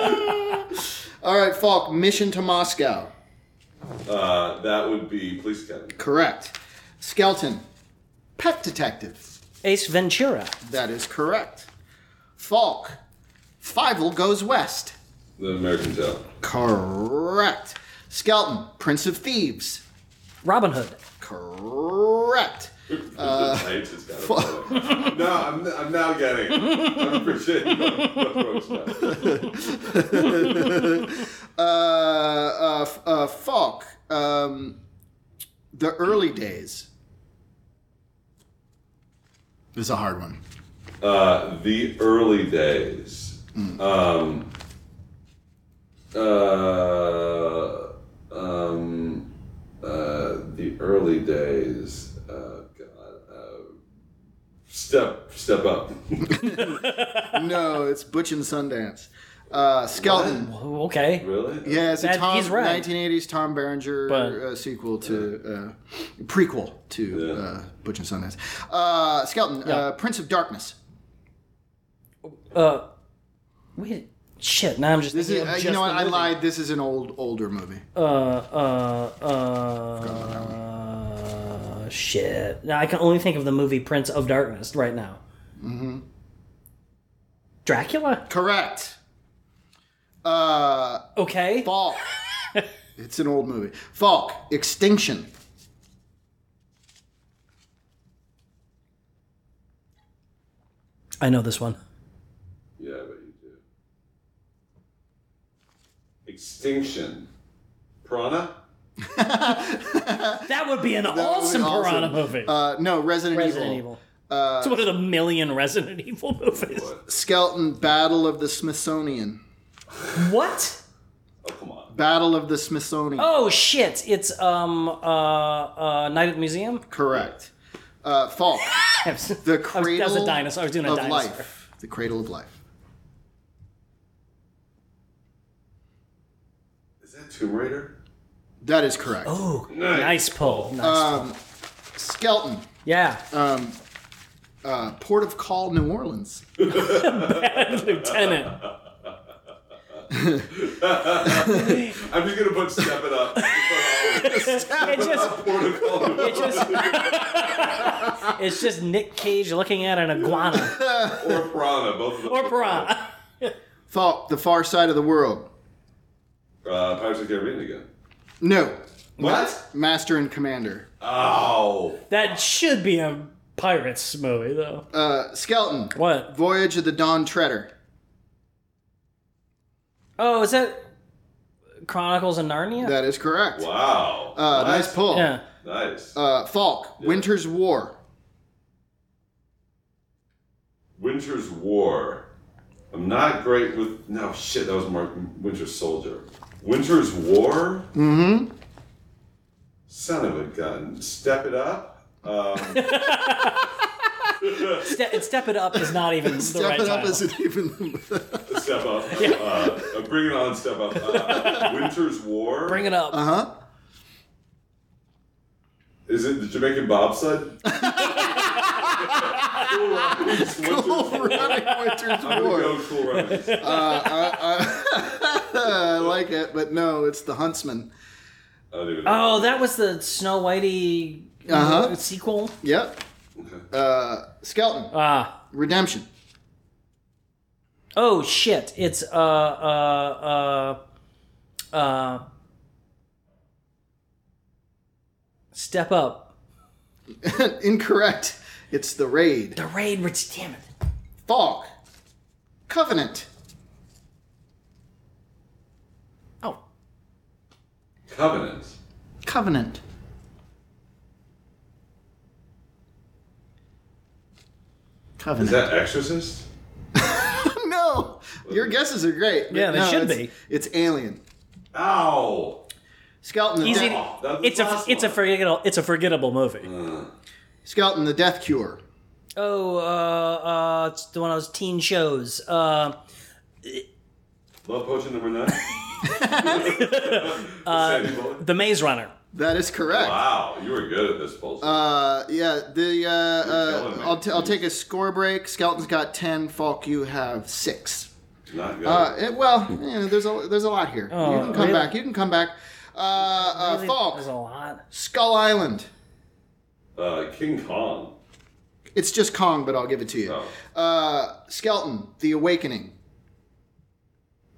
Speaker 1: All right, Falk. Mission to Moscow.
Speaker 3: Uh, that would be Police Academy.
Speaker 1: Correct. Skeleton. Pet detective.
Speaker 2: Ace Ventura.
Speaker 1: That is correct. Falk. Fievel goes west.
Speaker 3: The American Tale.
Speaker 1: Correct. Skeleton. Prince of Thieves.
Speaker 2: Robin Hood.
Speaker 1: Correct.
Speaker 3: I just got it. No, I'm, I'm now getting it. I appreciate it.
Speaker 1: uh, f- uh, Falk, um, the early days. This is a hard one.
Speaker 3: Uh, the early days. Um, uh, um, uh, the early days. Uh, God. Uh, step, step up.
Speaker 1: No, it's Butch and Sundance. Uh, Skeleton.
Speaker 2: Oh, Okay.
Speaker 3: Really?
Speaker 1: Yeah, it's a
Speaker 2: That-
Speaker 1: Tom,
Speaker 2: he's right.
Speaker 1: 1980s Tom Berenger
Speaker 2: But-
Speaker 1: uh, sequel to uh, prequel to uh, Butch and Sundance. Uh, Skeleton, uh, Prince of Darkness.
Speaker 2: Uh, wait. Shit, now I'm just.
Speaker 1: This is,
Speaker 2: thinking
Speaker 1: uh,
Speaker 2: of
Speaker 1: you know what?
Speaker 2: just
Speaker 1: I
Speaker 2: the movie.
Speaker 1: lied. This is an old, older movie.
Speaker 2: Uh, uh, uh, shit. Now I can only think of the movie Prince of Darkness right now. Mm-hmm. Dracula?
Speaker 1: Correct. Uh,
Speaker 2: Okay.
Speaker 1: Falk. it's an old movie. Falk, Extinction.
Speaker 2: I know this one.
Speaker 3: Yeah, but you do. Extinction. Prana?
Speaker 2: That would be an awesome
Speaker 1: awesome.
Speaker 2: Piranha movie.
Speaker 1: Uh, no, Resident,
Speaker 2: Resident
Speaker 1: Evil.
Speaker 2: Evil. Uh, it's one of the million Resident Evil movies.
Speaker 1: Skeleton Battle of the Smithsonian.
Speaker 2: What?
Speaker 3: Oh, come on.
Speaker 1: Battle of the Smithsonian.
Speaker 2: Oh shit! It's um uh uh Night at the Museum.
Speaker 1: Correct. Uh, Falk.
Speaker 2: I was-
Speaker 1: The
Speaker 2: I was,
Speaker 1: Cradle
Speaker 2: that was a dinosaur. I was doing a
Speaker 1: of
Speaker 2: dinosaur.
Speaker 1: Life. The Cradle of Life.
Speaker 3: Is that Tomb Raider?
Speaker 1: That is correct.
Speaker 2: Ooh, nice Uh, pull. Nice pull.
Speaker 1: Skeleton.
Speaker 2: Yeah,
Speaker 1: Uh, Port of Call, New Orleans.
Speaker 2: Lieutenant.
Speaker 3: I'm just gonna put Step It Up.
Speaker 2: It just,
Speaker 3: Protocol
Speaker 2: it just, it's just Nick Cage looking at an iguana
Speaker 3: or Prana, both of them.
Speaker 2: or piranha.
Speaker 1: Falk. The Far Side of the World.
Speaker 3: Uh, Pirates of the Caribbean again.
Speaker 1: No.
Speaker 3: What?
Speaker 1: Master and Commander.
Speaker 3: Oh.
Speaker 2: That should be a pirates movie though.
Speaker 1: Uh, Skeleton.
Speaker 2: What?
Speaker 1: Voyage of the Dawn Treader.
Speaker 2: Oh, is that Chronicles of Narnia?
Speaker 1: That is correct.
Speaker 3: Wow.
Speaker 1: Uh,
Speaker 3: nice.
Speaker 1: nice Uh, pull.
Speaker 2: yeah.
Speaker 3: Nice.
Speaker 1: Uh, Falk. Winter's War.
Speaker 3: Winter's War. I'm not great with no shit. That was Mark Winter's Soldier. Winter's War. Mm-hmm. Son of a gun. Step it up.
Speaker 2: Ste- step it up is not even the
Speaker 1: Step
Speaker 2: right
Speaker 1: it up
Speaker 2: title.
Speaker 1: isn't even.
Speaker 3: Step up. Uh, uh, bring it on. Step up. Uh, Winter's War.
Speaker 2: Bring it up.
Speaker 1: Uh-huh.
Speaker 3: Is it the Jamaican bobsled? cool Runnings. Winter's
Speaker 1: Cool
Speaker 3: War.
Speaker 1: Running Winter's
Speaker 3: I'm
Speaker 1: War.
Speaker 3: gonna go Cool Runnings.
Speaker 1: Uh, I like it, but no, it's the Huntsman.
Speaker 3: I don't even know.
Speaker 2: Oh, that was the Snow Whitey uh,
Speaker 1: Uh-huh.
Speaker 2: sequel.
Speaker 1: Yep. Uh, Skeleton.
Speaker 2: Ah.
Speaker 1: Redemption.
Speaker 2: Oh shit! It's uh uh uh uh. Step up.
Speaker 1: Incorrect. It's the Raid.
Speaker 2: The raid. Rich, damn it.
Speaker 1: Fog. Covenant.
Speaker 2: Oh,
Speaker 3: Covenant.
Speaker 1: Covenant.
Speaker 3: Is
Speaker 1: Covenant.
Speaker 3: that Exorcist?
Speaker 1: no, your guesses are great. but
Speaker 2: Yeah, they
Speaker 1: no,
Speaker 2: should
Speaker 1: it's-
Speaker 2: be.
Speaker 1: It's Alien.
Speaker 3: Ow!
Speaker 1: Skeleton. The
Speaker 2: easy.
Speaker 1: Death-
Speaker 3: Oh, that was
Speaker 2: it's
Speaker 3: the
Speaker 2: a
Speaker 3: last
Speaker 2: it's a
Speaker 3: one.
Speaker 2: forgettable it's a forgettable movie.
Speaker 1: Skeleton. The Death Cure.
Speaker 2: Oh, uh, uh, it's the one of those teen shows. Uh,
Speaker 3: Love potion number nine.
Speaker 2: Uh,
Speaker 3: Sandy Bullock.
Speaker 2: the Maze Runner.
Speaker 1: That is correct.
Speaker 3: wow, you were good at this, Paul.
Speaker 1: Uh, yeah, the uh, uh,
Speaker 3: killing me.
Speaker 1: I'll, t- I'll take a score break. Skeleton's got ten. Falk, you have six.
Speaker 3: Not good.
Speaker 1: Uh, it- well, yeah, there's a there's a lot here. you can come
Speaker 2: Oh, really?
Speaker 1: back. You can come back. Uh, uh,
Speaker 2: There's
Speaker 1: Falk,
Speaker 2: a lot.
Speaker 1: Skull Island.
Speaker 3: Uh, King Kong.
Speaker 1: It's just Kong, but I'll give it to you.
Speaker 3: Oh.
Speaker 1: Uh, Skeleton, The Awakening.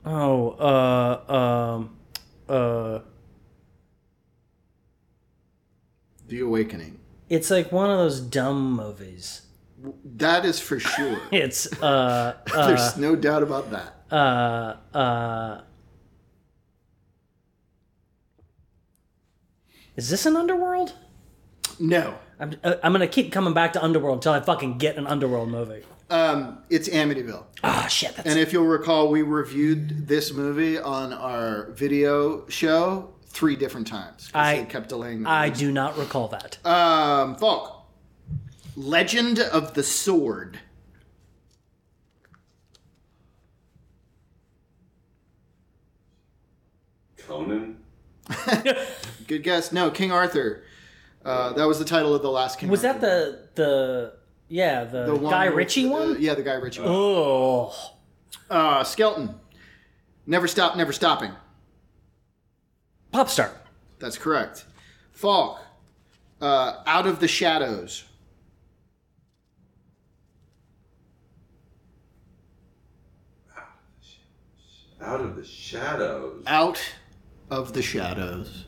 Speaker 2: Oh, uh, um, uh,
Speaker 1: The Awakening.
Speaker 2: it's like one of those dumb movies.
Speaker 1: That is for sure.
Speaker 2: It's uh,
Speaker 1: there's no doubt about that.
Speaker 2: uh, uh. Is this an underworld?
Speaker 1: No,
Speaker 2: I'm, uh, I'm gonna keep coming back to underworld until I fucking get an underworld movie.
Speaker 1: um, it's Amityville.
Speaker 2: Ah, shit. That's
Speaker 1: And if you'll recall, we reviewed this movie on our video show three different times. 'cause
Speaker 2: I-
Speaker 1: they kept delaying. the
Speaker 2: I
Speaker 1: release.
Speaker 2: do not recall that.
Speaker 1: Um, Falk. Legend of the Sword.
Speaker 3: Conan.
Speaker 1: Good guess. No, King Arthur. Uh, that was the title of the last King.
Speaker 2: Was that
Speaker 1: Arthur.
Speaker 2: the the yeah the, Guy
Speaker 1: with-
Speaker 2: Ritchie
Speaker 1: uh,
Speaker 2: one?
Speaker 1: yeah, the Guy Ritchie one.
Speaker 2: Oh,
Speaker 1: Uh, Skelton. Never stop, never stopping.
Speaker 2: pop star.
Speaker 1: That's correct. Falk. Uh, Out of the Shadows.
Speaker 3: Out of the shadows.
Speaker 1: Out of the Shadows.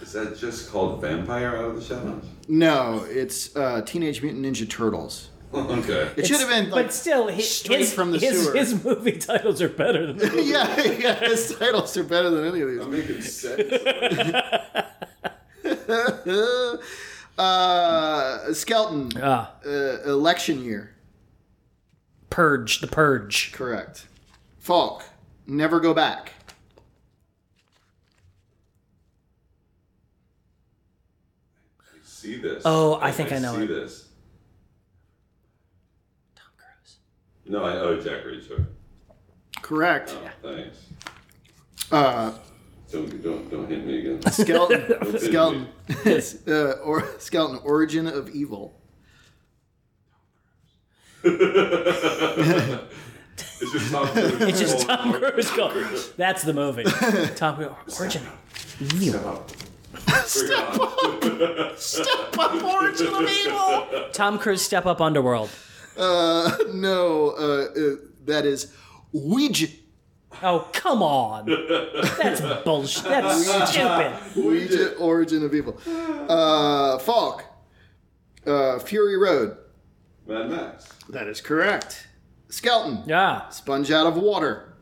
Speaker 3: Is that just called Vampire Out of the Shadows?
Speaker 1: No, it's uh, Teenage Mutant Ninja Turtles.
Speaker 3: okay.
Speaker 1: It should have been like
Speaker 2: but still, hi- his,
Speaker 1: straight from the
Speaker 2: his,
Speaker 1: sewer.
Speaker 2: his movie titles are better than the
Speaker 1: yeah, yeah, his titles are better than any of these.
Speaker 3: I'm making sense.
Speaker 1: Uh, Skelton,
Speaker 2: Ah.
Speaker 1: uh, election year.
Speaker 2: Purge. The Purge.
Speaker 1: Correct. Falk, never go back.
Speaker 3: see this.
Speaker 2: Oh, I think I know
Speaker 3: see
Speaker 2: it.
Speaker 3: this. No, I owe Jack Reacher.
Speaker 1: Correct.
Speaker 3: Oh, thanks.
Speaker 1: Uh,
Speaker 3: Don't don't don't hit me again.
Speaker 1: Skelton,
Speaker 3: Don't hit
Speaker 1: Skelton,
Speaker 3: me.
Speaker 1: uh, or Skelton, origin of evil.
Speaker 3: It's just Tom Cruise.
Speaker 2: It's just Tom Cruise going. That's the movie. Tom Cruise. Origin. Evil.
Speaker 3: Step up.
Speaker 1: origin of evil.
Speaker 2: Tom Cruise. Step up. Underworld.
Speaker 1: Uh, no, uh, uh, that is Ouija.
Speaker 2: Oh come on. That's bullshit. That's stupid.
Speaker 1: Ouija, origin of evil. Uh, Falk, uh, Fury Road.
Speaker 3: Mad Max.
Speaker 1: That is correct. Skelton,
Speaker 2: Yeah.
Speaker 1: sponge out of water.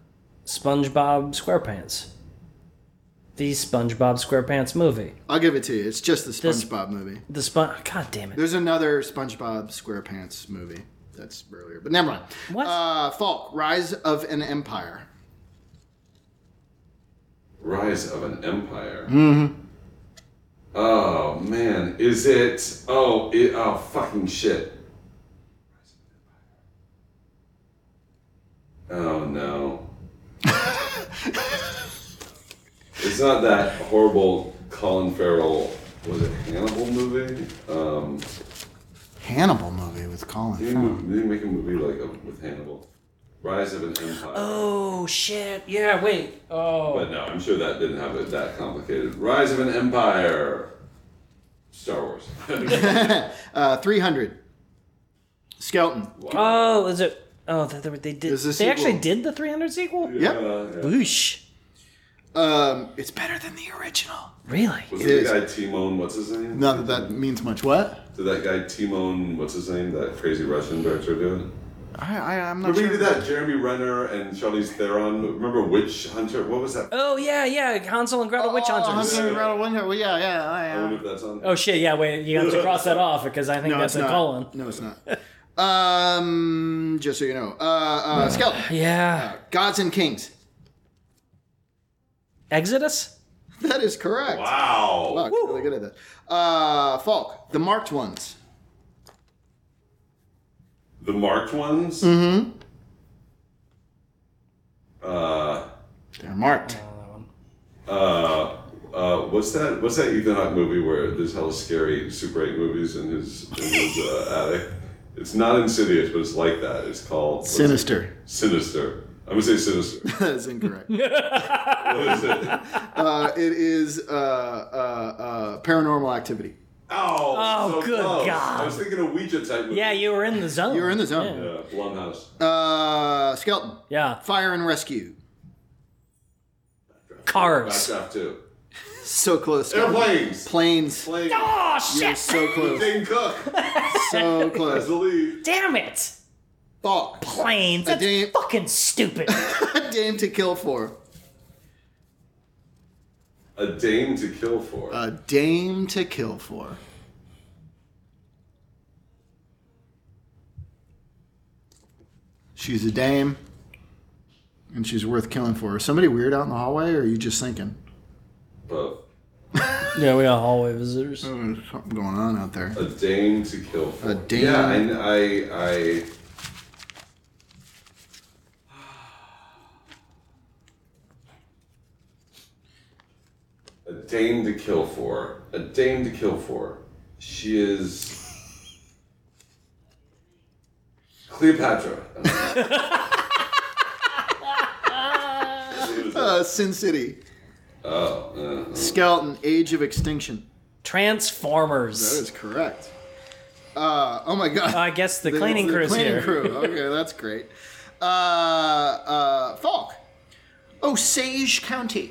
Speaker 2: SpongeBob SquarePants. The SpongeBob SquarePants movie.
Speaker 1: I'll give it to you. It's just the
Speaker 2: This-
Speaker 1: SpongeBob movie.
Speaker 2: The Spon. God damn it.
Speaker 1: There's another SpongeBob SquarePants movie. that's earlier, but never mind.
Speaker 2: What?
Speaker 1: Uh, Falk, Rise of an Empire.
Speaker 3: Rise of an Empire. Oh man, is it? Oh, it, oh, fucking shit. Oh no. it's not that horrible Colin Farrell. Was it Hannibal movie? Um,
Speaker 1: Hannibal movie with Colin
Speaker 3: did he,
Speaker 1: Farrell.
Speaker 3: move, did he make a movie like uh, with Hannibal? Rise of an Empire.
Speaker 2: Oh shit! Yeah, wait. Oh,
Speaker 3: But no, I'm sure that didn't have it that complicated. Rise of an Empire. Star Wars.
Speaker 1: Uh, 300. Skeleton.
Speaker 2: oh, is it? Oh, they, they- they did.
Speaker 1: Is this
Speaker 2: they actually
Speaker 1: sequel?
Speaker 2: did the 300 sequel.
Speaker 1: Yep.
Speaker 3: Uh, yeah.
Speaker 2: Whoosh!
Speaker 1: Um, it's better than the original.
Speaker 2: Really?
Speaker 3: Was
Speaker 1: It
Speaker 3: it the guy Timon? What's his name?
Speaker 1: Not that that means much. What?
Speaker 3: Did that guy Timon? What's his name? That crazy Russian director do it?
Speaker 1: I, I, I'm not sure.
Speaker 3: Remember he did that Jeremy Renner and Charlize Theron? Remember Witch Hunter? What was that?
Speaker 2: Oh yeah, yeah. Hansel and Gretel Witch
Speaker 1: Oh,
Speaker 2: Hunters.
Speaker 1: Hunter and Gretel Witch Hunters. Well, yeah, yeah, I,
Speaker 3: I
Speaker 1: uh,
Speaker 3: wonder if that's on.
Speaker 2: Oh shit! Yeah, wait. You have to cross that off because I think
Speaker 1: No,
Speaker 2: that's
Speaker 1: it's
Speaker 2: a
Speaker 1: not.
Speaker 2: colon.
Speaker 1: No, it's not. Um, just so you know, uh, uh, Skeleton.
Speaker 2: Yeah.
Speaker 1: Gods and Kings.
Speaker 2: Exodus.
Speaker 1: That is correct.
Speaker 3: Wow.
Speaker 1: Fuck, really good at that. Uh, Falk, the marked ones.
Speaker 3: The marked ones? Uh,
Speaker 1: They're marked.
Speaker 3: uh, uh, what's that? What's that Ethan Hawke movie where there's hella scary Super 8 movies in his, in his uh, attic? It's not Insidious, but it's like that. It's called what's it?
Speaker 1: Sinister.
Speaker 3: Sinister. I'm gonna say sinister.
Speaker 1: that is incorrect.
Speaker 3: What is it?
Speaker 1: uh, it is uh, uh, uh, paranormal activity.
Speaker 3: Oh,
Speaker 2: Oh,
Speaker 3: so
Speaker 2: good
Speaker 3: close.
Speaker 2: God.
Speaker 3: I was thinking a Ouija type. Movie.
Speaker 2: Yeah, you were in the zone.
Speaker 1: You were in the zone.
Speaker 3: Yeah, Blumhouse.
Speaker 1: Uh, skeleton.
Speaker 2: Yeah.
Speaker 1: Fire and rescue.
Speaker 2: Cars.
Speaker 3: Backdraft two.
Speaker 1: So close. Skeleton.
Speaker 3: Airplanes.
Speaker 1: Planes.
Speaker 3: Planes.
Speaker 2: Oh
Speaker 1: You're
Speaker 2: shit!
Speaker 1: so close.
Speaker 3: Dane Cook.
Speaker 1: So
Speaker 3: As
Speaker 1: close.
Speaker 3: the lead.
Speaker 2: Damn it!
Speaker 1: Falk.
Speaker 2: Planes. That's
Speaker 1: didn't-
Speaker 2: fucking stupid.
Speaker 1: A dame to kill for.
Speaker 3: A dame to kill for.
Speaker 2: Uh,
Speaker 1: A dame to kill for. She's a dame, and she's worth killing for. Is somebody weird out in the hallway, or are you just thinking?
Speaker 3: Both.
Speaker 2: yeah, we got hallway visitors.
Speaker 1: There's something going on out there.
Speaker 3: A dame to kill for.
Speaker 1: A dame.
Speaker 3: Yeah, I, I, I. A dame to kill for. A dame to kill for. She is. Cleopatra.
Speaker 1: Uh, Sin City.
Speaker 3: oh, uh,
Speaker 1: Skeleton, Age of Extinction. That
Speaker 2: Transformers.
Speaker 1: is correct. Uh, oh my god.
Speaker 2: I guess the
Speaker 1: The-
Speaker 2: cleaning
Speaker 1: the
Speaker 2: crew's
Speaker 1: cleaning
Speaker 2: here.
Speaker 1: crew. Okay, that's great. Uh, uh, Falk. Osage County.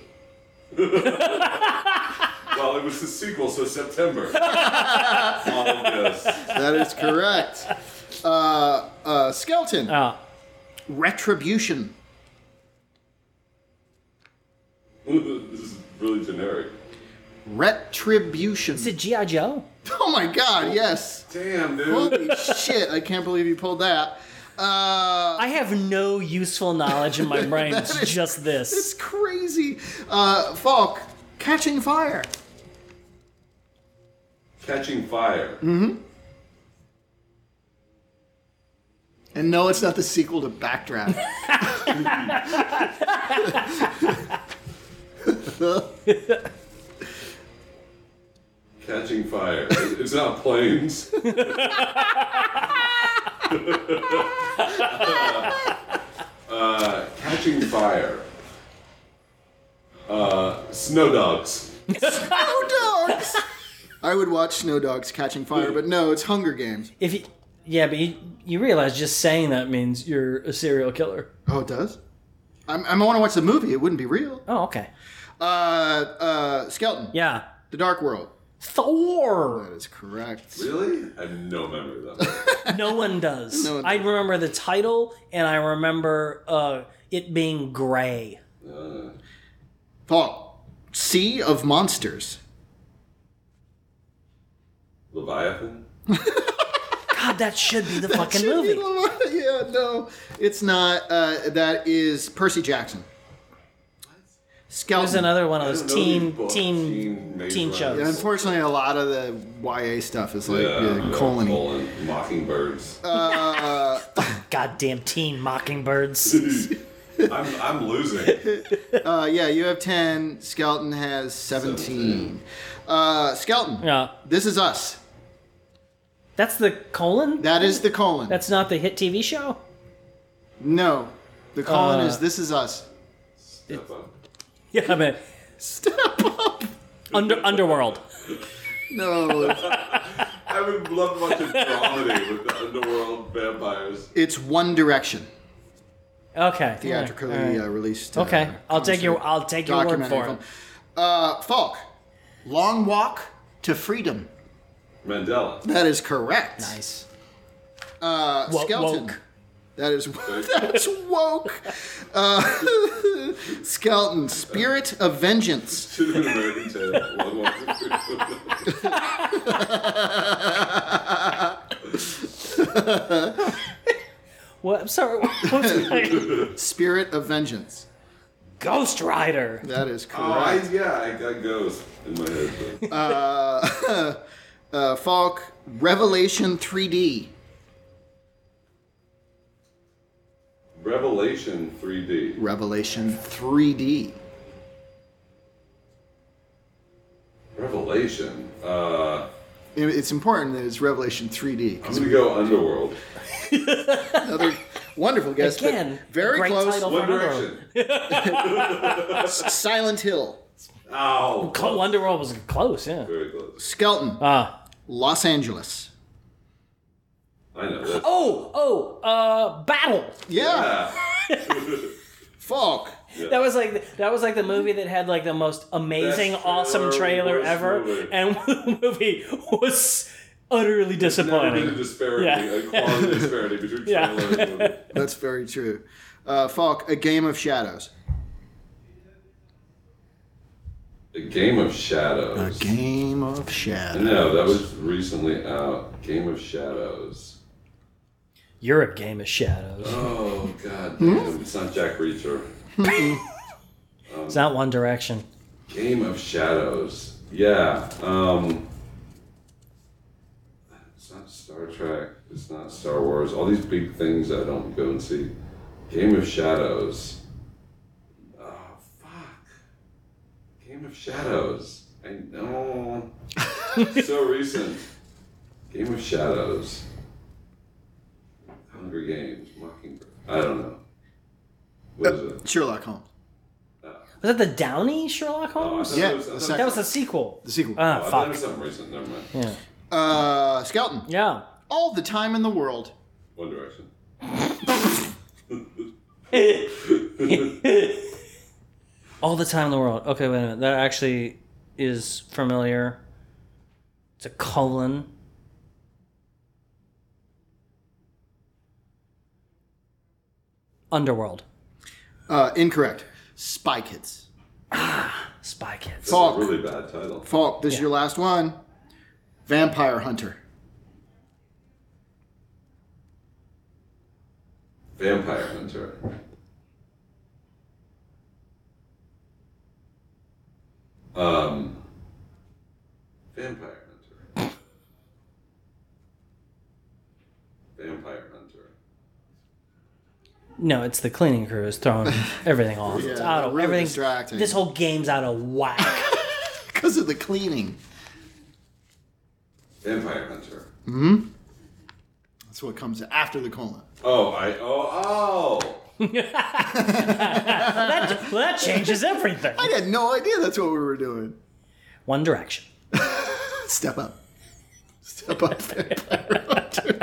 Speaker 3: well, it was the sequel, so September. All of this.
Speaker 1: That is correct. Uh, uh, skeleton.
Speaker 2: Oh.
Speaker 1: Retribution.
Speaker 3: this is really generic.
Speaker 1: Retribution.
Speaker 2: Is it G.I. Joe?
Speaker 1: oh my god, yes.
Speaker 3: Damn, dude.
Speaker 1: Holy shit, I can't believe you pulled that. Uh,
Speaker 2: I have no useful knowledge in my brain. It's just
Speaker 1: it's
Speaker 2: this.
Speaker 1: crazy. Uh, Falk, catching fire.
Speaker 3: Catching fire.
Speaker 1: And no, it's not the sequel to Backdraft.
Speaker 3: Catching fire. It's not planes. uh, catching fire. Uh, snow dogs.
Speaker 1: Snow Dogs! I would watch Snow Dogs catching fire, but no, it's Hunger Games.
Speaker 2: If you, yeah, but you, you realize just saying that means you're a serial killer.
Speaker 1: Oh, it does? I'm, I want to watch the movie. It wouldn't be real.
Speaker 2: Oh, okay.
Speaker 1: Uh, uh, Skeleton.
Speaker 2: Yeah.
Speaker 1: The Dark World.
Speaker 2: Thor.
Speaker 1: That is correct.
Speaker 3: Really? I have no memory of that.
Speaker 2: No one does.
Speaker 1: No one
Speaker 2: I remember the title, and I remember uh, it being gray.
Speaker 3: Uh,
Speaker 1: Paul. Sea of Monsters.
Speaker 3: Leviathan?
Speaker 2: God, that should be the fucking
Speaker 1: Should be
Speaker 2: movie.
Speaker 1: the- yeah, no, it's not. Uh, that is Percy Jackson.
Speaker 2: There's
Speaker 1: Skeleton.
Speaker 2: another one of
Speaker 3: I
Speaker 2: those
Speaker 3: don't know these
Speaker 2: teen
Speaker 3: books. Teen
Speaker 2: teen
Speaker 3: Maze
Speaker 2: teen
Speaker 3: Runner.
Speaker 2: shows.
Speaker 1: Yeah, unfortunately, a lot of the YA stuff is like
Speaker 3: Yeah,
Speaker 1: uh,
Speaker 3: yeah,
Speaker 1: colony.
Speaker 3: colon, Mockingbirds.
Speaker 2: Goddamn teen mockingbirds.
Speaker 3: I'm, I'm losing.
Speaker 1: Uh, yeah, you have 10. Skeleton has 17. Uh, Skeleton.
Speaker 2: yeah,
Speaker 1: This is us.
Speaker 2: that's the colon.
Speaker 1: That is the colon.
Speaker 2: That's not the hit TV show.
Speaker 1: no. The colon
Speaker 2: Uh,
Speaker 1: is this is us.
Speaker 3: Step up.
Speaker 2: Yeah, I mean,
Speaker 1: Step up.
Speaker 2: under underworld.
Speaker 1: No, it's-
Speaker 3: I would love to watch a comedy with the underworld vampires.
Speaker 1: it's One Direction.
Speaker 2: Okay,
Speaker 1: Theatrically
Speaker 2: all right.
Speaker 1: uh, released. uh,
Speaker 2: Okay, I'll take your
Speaker 1: concert
Speaker 2: I'll take your word
Speaker 1: documentary
Speaker 2: for it.
Speaker 1: film. Uh, Falk. Long Walk to Freedom.
Speaker 3: Mandela.
Speaker 1: That is correct.
Speaker 2: Nice.
Speaker 1: Uh,
Speaker 2: Wo-
Speaker 1: skeleton.
Speaker 2: woke.
Speaker 1: That is that's woke. Uh, skeleton. Spirit of Vengeance.
Speaker 3: Should have been American Tail. Long Walk to Freedom.
Speaker 2: What? I'm sorry. What was my...
Speaker 1: Spirit of Vengeance.
Speaker 2: Ghost Rider.
Speaker 1: That is correct.
Speaker 3: Oh, I, yeah, I got ghost in my head. But.
Speaker 1: Uh, Falk, Revelation 3D.
Speaker 3: Revelation 3D.
Speaker 1: Revelation 3D.
Speaker 3: Revelation. Uh,
Speaker 1: It- It's important that it's Revelation 3D.
Speaker 3: I'm gonna go Underworld.
Speaker 1: Another wonderful guess. but
Speaker 2: Again,
Speaker 1: very
Speaker 2: great
Speaker 1: close.
Speaker 2: title.
Speaker 3: One Direction.
Speaker 1: Silent Hill.
Speaker 3: Ow.
Speaker 2: Co- Underworld was close. Yeah.
Speaker 3: Oh, Very close.
Speaker 1: Skeleton.
Speaker 2: Ah.
Speaker 1: Los Angeles.
Speaker 3: I know. That's,
Speaker 2: Oh, oh, uh, Battle.
Speaker 1: Yeah.
Speaker 3: yeah.
Speaker 1: Falk.
Speaker 2: That was like that was like the movie that had like the most amazing,
Speaker 3: Best
Speaker 2: awesome trailer
Speaker 3: trailer, worst
Speaker 2: ever,
Speaker 3: movie.
Speaker 2: and the movie was utterly
Speaker 3: Never been a
Speaker 2: disappointing.
Speaker 3: disparity,
Speaker 2: Yeah.
Speaker 3: a quality disparity between
Speaker 2: Yeah.
Speaker 3: trailer and movie.
Speaker 1: That's very true. Uh, Falk, A Game of Shadows.
Speaker 3: A Game of Shadows.
Speaker 1: A Game of Shadows.
Speaker 3: No, that was recently out. Game of Shadows.
Speaker 2: You're a game of shadows.
Speaker 3: Oh god,
Speaker 2: Hmm?
Speaker 3: damn, it's not Jack Reacher.
Speaker 2: It's not One Direction.
Speaker 3: Game of Shadows. Yeah. Um. It's not Star Trek. It's not Star Wars. All these big things I don't go and see. Game of Shadows. Oh fuck. Game of Shadows. I know. so recent. Game of Shadows. Hunger Games. Mockingbird. I don't know. What is it?
Speaker 1: Sherlock Holmes.
Speaker 2: Was that the Downey Sherlock
Speaker 3: Oh, I
Speaker 2: Holmes?
Speaker 3: thought
Speaker 1: Yeah,
Speaker 3: it was- I
Speaker 1: the
Speaker 3: thought
Speaker 1: second-
Speaker 2: That was the sequel.
Speaker 1: The sequel.
Speaker 2: Ah,
Speaker 3: Oh, I thought it
Speaker 2: fuck.
Speaker 3: was something recent. Never mind.
Speaker 2: Yeah.
Speaker 1: Uh, Skeleton.
Speaker 2: Yeah.
Speaker 1: All the time in the world.
Speaker 3: One Direction.
Speaker 2: All the time in the world. Okay, wait a minute. That actually is familiar. It's a colon. Underworld.
Speaker 1: Uh, incorrect. Spy Kids.
Speaker 2: Spy Kids.
Speaker 3: It's a
Speaker 1: Falk.
Speaker 3: really bad title.
Speaker 1: Falk, this is your last one. Vampire Hunter.
Speaker 3: Vampire Hunter. Um. Vampire Hunter. Vampire Hunter.
Speaker 2: No, it's the cleaning crew is throwing everything off. it's out of
Speaker 1: really
Speaker 2: everything.
Speaker 1: distracting.
Speaker 2: This whole game's out of whack.
Speaker 1: Because of the cleaning.
Speaker 3: Vampire Hunter.
Speaker 1: That's what comes after the colon.
Speaker 3: Oh, I. Oh, oh!
Speaker 2: well, that changes everything.
Speaker 1: I had no idea that's what we were doing.
Speaker 2: One Direction.
Speaker 1: Step up. Step up. Vampire Hunter.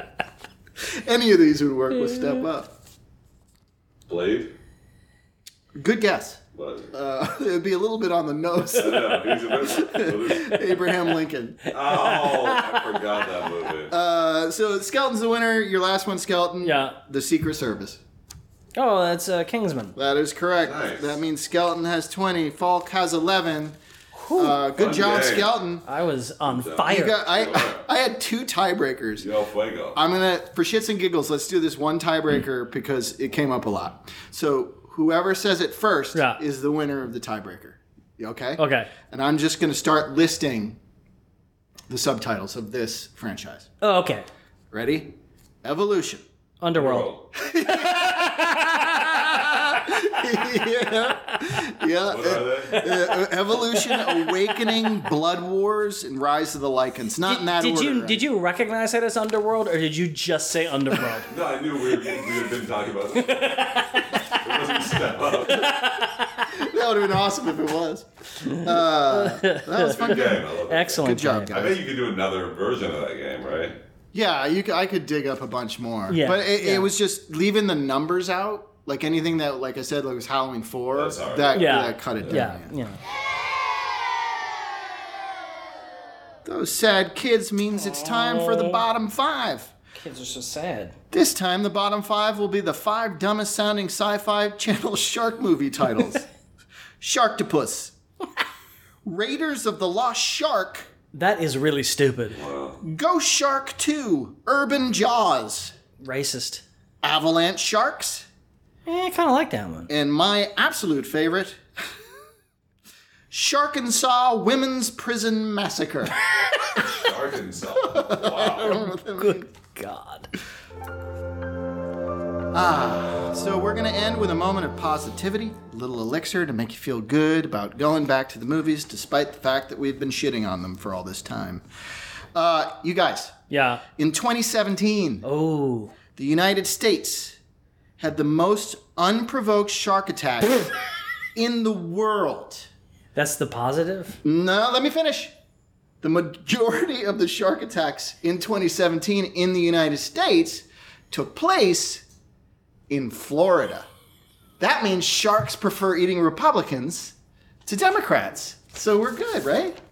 Speaker 1: Any of these would work with Step Up.
Speaker 3: Blade?
Speaker 1: Good guess.
Speaker 3: What?
Speaker 1: Uh, it would be a little bit on the nose.
Speaker 3: yeah, he's a vampire. What is-
Speaker 1: Abraham Lincoln.
Speaker 3: Oh, I forgot that movie.
Speaker 1: Uh, so Skeleton's the winner. Your last one, Skeleton.
Speaker 2: Yeah.
Speaker 1: The Secret Service.
Speaker 2: Oh, that's uh, Kingsman.
Speaker 1: That is correct.
Speaker 3: Nice.
Speaker 1: That means Skeleton has 20, Falk has 11, Uh, good
Speaker 5: Fun
Speaker 1: job,
Speaker 5: game.
Speaker 1: Skelton.
Speaker 2: I was on fire.
Speaker 1: You got- I, I had two tiebreakers.
Speaker 5: Yo, fuego.
Speaker 1: I'm gonna for shits and giggles. Let's do this one
Speaker 2: Mm.
Speaker 1: tiebreaker because it came up a lot. So whoever says it first
Speaker 2: Yeah.
Speaker 1: is the winner of the tiebreaker. You Okay.
Speaker 2: okay.
Speaker 1: And I'm just gonna start listing the subtitles of this franchise.
Speaker 2: Oh, okay.
Speaker 1: Ready? Evolution.
Speaker 2: Underworld.
Speaker 5: Bro,
Speaker 1: yeah. Yeah.
Speaker 5: what are they?
Speaker 1: Uh, Evolution, Awakening, Blood Wars, and Rise of the Lycans. Not in that
Speaker 2: did
Speaker 1: order.
Speaker 2: you did you recognize it as Underworld, or did you just say Underworld?
Speaker 5: No, I knew we, we had been talking about this. It wasn't step up.
Speaker 1: That would have been awesome if it was. Uh, that was fun.
Speaker 5: Good game. I love it.
Speaker 2: Excellent.
Speaker 1: Good job,
Speaker 2: game.
Speaker 5: I
Speaker 1: guys.
Speaker 5: bet you could do another version of that game, right?
Speaker 1: Yeah, you. c- I could dig up a bunch more.
Speaker 2: Yeah,
Speaker 1: but it,
Speaker 2: yeah.
Speaker 1: it was just leaving the numbers out. Like anything that, like I said, like was Halloween four.
Speaker 5: That's all right.
Speaker 1: that
Speaker 2: Yeah.
Speaker 1: that cut it down.
Speaker 2: Yeah, yeah.
Speaker 1: Those sad kids means it's time for the bottom five.
Speaker 2: Kids are so sad.
Speaker 1: This time, the bottom five will be the five dumbest sounding sci fi channel shark movie titles Sharktopus, Raiders of the Lost Shark,
Speaker 2: That is really stupid.
Speaker 1: Ghost Shark 2, Urban Jaws,
Speaker 2: Racist.
Speaker 1: Avalanche Sharks,
Speaker 2: Eh, I kind of like that one.
Speaker 1: and my absolute favorite, Sharkensaw Women's Prison Massacre.
Speaker 5: Arkansas. Wow.
Speaker 1: Good
Speaker 2: God.
Speaker 1: So we're going to end with a moment of positivity, a little elixir to make you feel good about going back to the movies despite the fact that we've been shitting on them for all this time. Uh, you guys,
Speaker 2: Yeah.
Speaker 1: in 2017,
Speaker 2: Oh.
Speaker 1: the United States had the most unprovoked shark attacks in the world.
Speaker 2: That's the positive.
Speaker 1: No, let me finish. The majority of the shark attacks in 2017 in the United States took place in Florida. That means sharks prefer eating Republicans to Democrats. So we're good, right?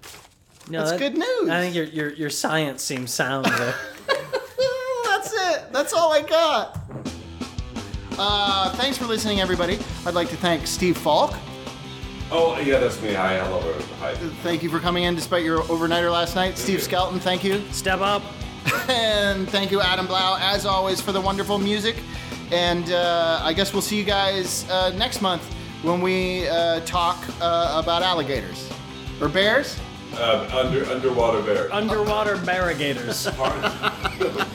Speaker 2: No,
Speaker 1: That's good news.
Speaker 2: I think your your your science seems sound. there.
Speaker 1: That's it. That's all I got. Uh, thanks for listening, everybody. I'd like to thank Steve Falk.
Speaker 5: Oh, yeah, that's me. Hi, hello. everyone. Hi.
Speaker 1: Thank you for coming in despite your overnighter last night. Steve
Speaker 5: you.
Speaker 1: Skelton, thank you.
Speaker 2: Step up.
Speaker 1: And thank you, Adam Blau, as always, for the wonderful music. And uh, I guess we'll see you guys uh, next month when we uh, talk uh, about alligators or bears.
Speaker 5: Um, under, underwater bear.
Speaker 2: Underwater barrigators.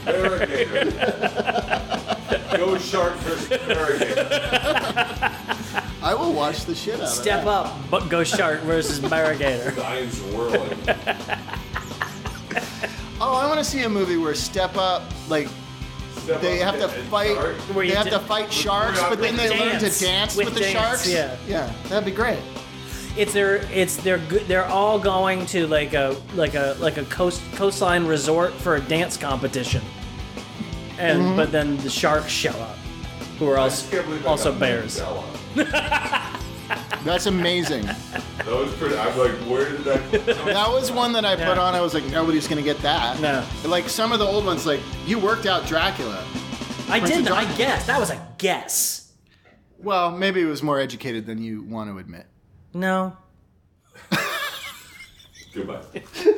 Speaker 5: Barricade. Go shark versus barricade.
Speaker 1: I will watch the shit out of
Speaker 2: Step up. But go shark versus barrigator.
Speaker 5: Dimes whirling.
Speaker 1: that. Oh, I want to see a movie where Step Up, like
Speaker 5: Step
Speaker 1: they
Speaker 5: up
Speaker 1: have to
Speaker 5: and- and
Speaker 1: fight.
Speaker 5: shark.
Speaker 2: Where
Speaker 1: They
Speaker 2: you
Speaker 1: have
Speaker 2: da-
Speaker 1: to fight sharks, but then they learn to
Speaker 2: dance.
Speaker 1: dance
Speaker 2: With
Speaker 1: with the
Speaker 2: dance,
Speaker 1: sharks.
Speaker 2: yeah.
Speaker 1: yeah, that'd be great.
Speaker 2: It's their it's their good. They're all going to like a like a like a coast coastline resort for a dance competition. And but then the sharks show up, who are
Speaker 5: Mm-hmm. I can't believe I
Speaker 2: also also
Speaker 5: got
Speaker 2: bears.
Speaker 5: Mandela.
Speaker 1: That's amazing.
Speaker 5: That was pretty. I'm like, where did that come from?
Speaker 1: That was one that I put
Speaker 2: Yeah.
Speaker 1: on. I was like, nobody's gonna get that.
Speaker 2: No.
Speaker 1: Like some of the old ones, like you worked out Dracula.
Speaker 2: I
Speaker 1: Prince of
Speaker 2: didn't. I
Speaker 1: Darkness.
Speaker 2: guess that was a guess.
Speaker 1: Well, maybe it was more educated than you want to admit.
Speaker 2: No.
Speaker 5: Goodbye.